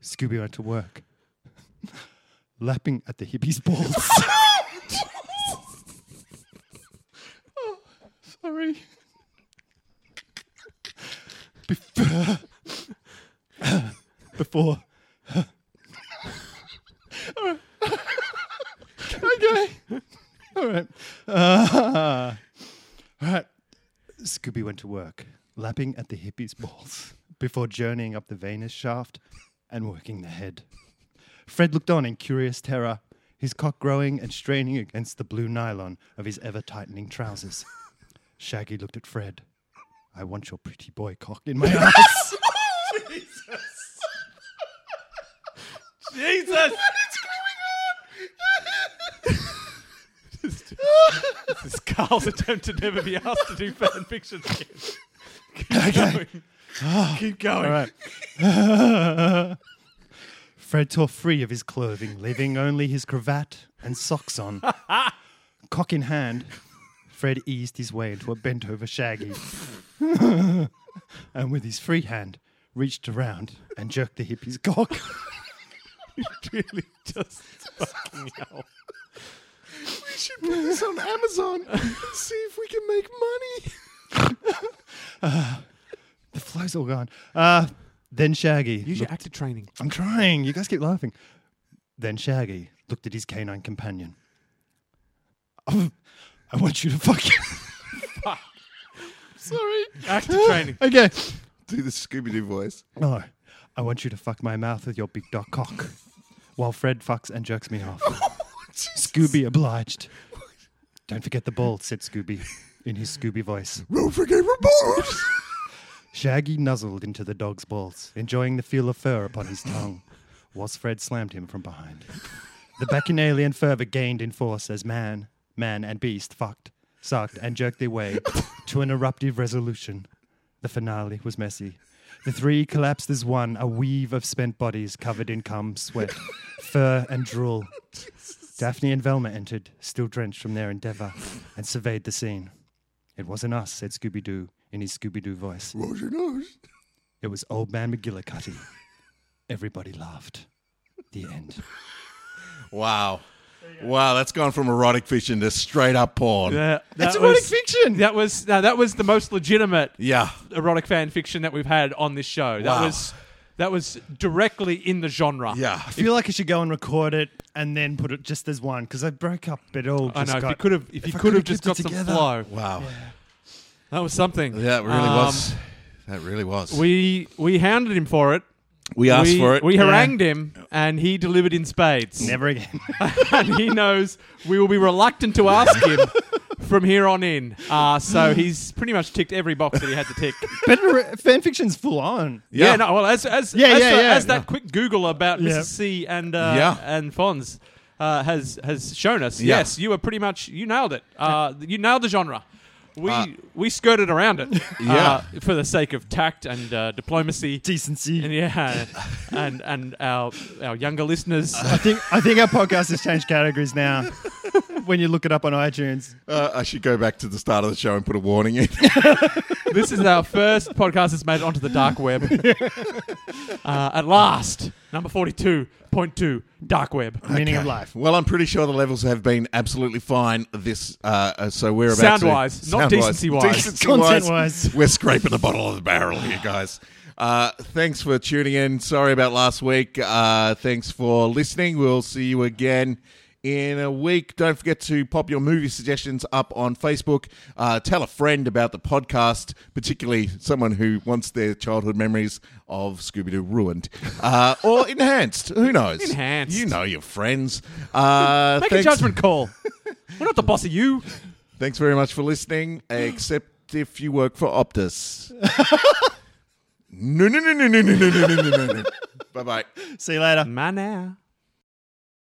D: Scooby went to work, (laughs) lapping at the hippie's balls. (laughs) Sorry. Before. (laughs) Before. (laughs) All right. (laughs) okay. All right. (laughs) Ah. all right. Scooby went to work, lapping at the hippie's balls (laughs) before journeying up the venous shaft and working the head. Fred looked on in curious terror, his cock growing and straining against the blue nylon of his ever tightening trousers. Shaggy looked at Fred. I want your pretty boy cock in my (laughs) ass.
C: Jesus. This is (laughs) Carl's attempt to never be asked to do fan
D: (laughs)
C: fiction again. Keep
D: Okay.
C: going. Keep going.
D: All right. (laughs) Fred tore free of his clothing, leaving only his cravat and socks on. Cock in hand, Fred eased his way into a bent over Shaggy (laughs) and with his free hand reached around and jerked the hippie's cock.
C: (laughs)
D: (laughs)
C: Really just fucking hell.
A: We should put this on Amazon (laughs) and see if we can make money.
D: The flow's all gone. Uh, then Shaggy.
C: Use your actor training.
D: I'm trying. You guys keep laughing. Then Shaggy looked at his canine companion. Oh, I want you to fuck (laughs)
A: Sorry.
C: Actor training.
D: okay.
A: Do the Scooby Doo voice.
D: No, Oh, I want you to fuck my mouth with your big dog cock while Fred fucks and jerks me off. Scooby obliged. Don't forget the ball, said Scooby in his Scooby voice.
A: Don't forget your balls.
D: Shaggy nuzzled into the dog's balls, enjoying the feel of fur upon his tongue, whilst Fred slammed him from behind. The bacchanalian fervor gained in force as man, man, and beast fucked, sucked, and jerked their way to an eruptive resolution. The finale was messy. The three collapsed as one, a weave of spent bodies covered in cum, sweat, fur, and drool. Daphne and Velma entered, still drenched from their endeavor, and surveyed the scene. It wasn't us, said Scooby Doo in his Scooby Doo voice.
A: Wash your nose.
D: It was Old Man McGillicuddy. Everybody laughed. The end.
A: Wow. Wow, that's gone from erotic fiction to straight up porn.
C: Yeah,
D: That's
C: that
D: erotic
C: was-
D: fiction.
C: That was no, that was the most legitimate
A: Yeah.
C: erotic fan fiction that we've had on this show. That
A: Wow.
C: was that was directly in the genre.
A: Yeah.
D: I feel like I should go and record it and then put it just as one because I broke up. It all
C: I
D: just
C: know. If
D: got.
C: you could have, if you
D: I
C: could have
D: could've
C: just got
D: kept it
C: some
D: together.
C: flow,
A: Wow.
C: that was something.
A: Yeah, it really
C: Um,
A: was. That really was.
C: We we hounded him for it.
A: we asked
C: we,
A: for it.
C: We
D: Yeah.
C: harangued him, and he delivered in spades.
D: Never again.
C: (laughs)
D: (laughs)
C: and he knows we will be reluctant to ask
A: (laughs)
C: him from here on in. Uh, so he's pretty much ticked every box that he had to
A: (laughs)
C: tick.
D: but er- fan fiction's full on.
A: yeah.
C: Yeah, no, well, as as
D: Yeah,
C: as,
D: yeah,
C: the-
D: yeah.
C: as that quick Google about
D: Yeah.
C: Mrs. C and uh,
A: Yeah.
C: and Fonz uh, has has shown us.
A: Yeah.
C: Yes, you were pretty much you nailed it. Uh, you nailed the genre. We
A: Uh,
C: we skirted around it.
A: (laughs) Yeah.
C: uh, for the sake of tact and uh, diplomacy.
D: Decency.
C: And yeah, and and our our younger listeners.
D: I think I think our podcast has changed categories now. when you look it up on iTunes,
A: Uh, I should go back to the start of the show and put a warning in.
C: This is our first podcast that's made it onto the dark web. Uh, at last, number 42.2, dark web.
D: meaning of
A: Okay.
D: life.
A: Well, I'm pretty sure the levels have been absolutely fine. This, uh, uh, so we're about to-
C: Sound-wise, not decency-wise.
D: Content-wise.
A: We're scraping the bottom of the barrel here, guys. Uh, thanks for tuning in. Sorry about last week. Uh, thanks for listening. We'll see you again in a week. Don't forget to pop your movie suggestions up on Facebook. Uh, tell a friend about the podcast, particularly someone who wants their childhood memories of Scooby Doo ruined uh, or (laughs) enhanced. Who knows?
C: Enhanced.
A: You know your friends. Uh,
C: Make
A: thanks,
C: a judgment call. We're not the boss of you.
A: Thanks very much for listening, except if you work for
C: (laughs)
A: Optus. no, no, no, no, no, no, no, no, no, no, no. Bye bye.
D: See you later.
C: Man now.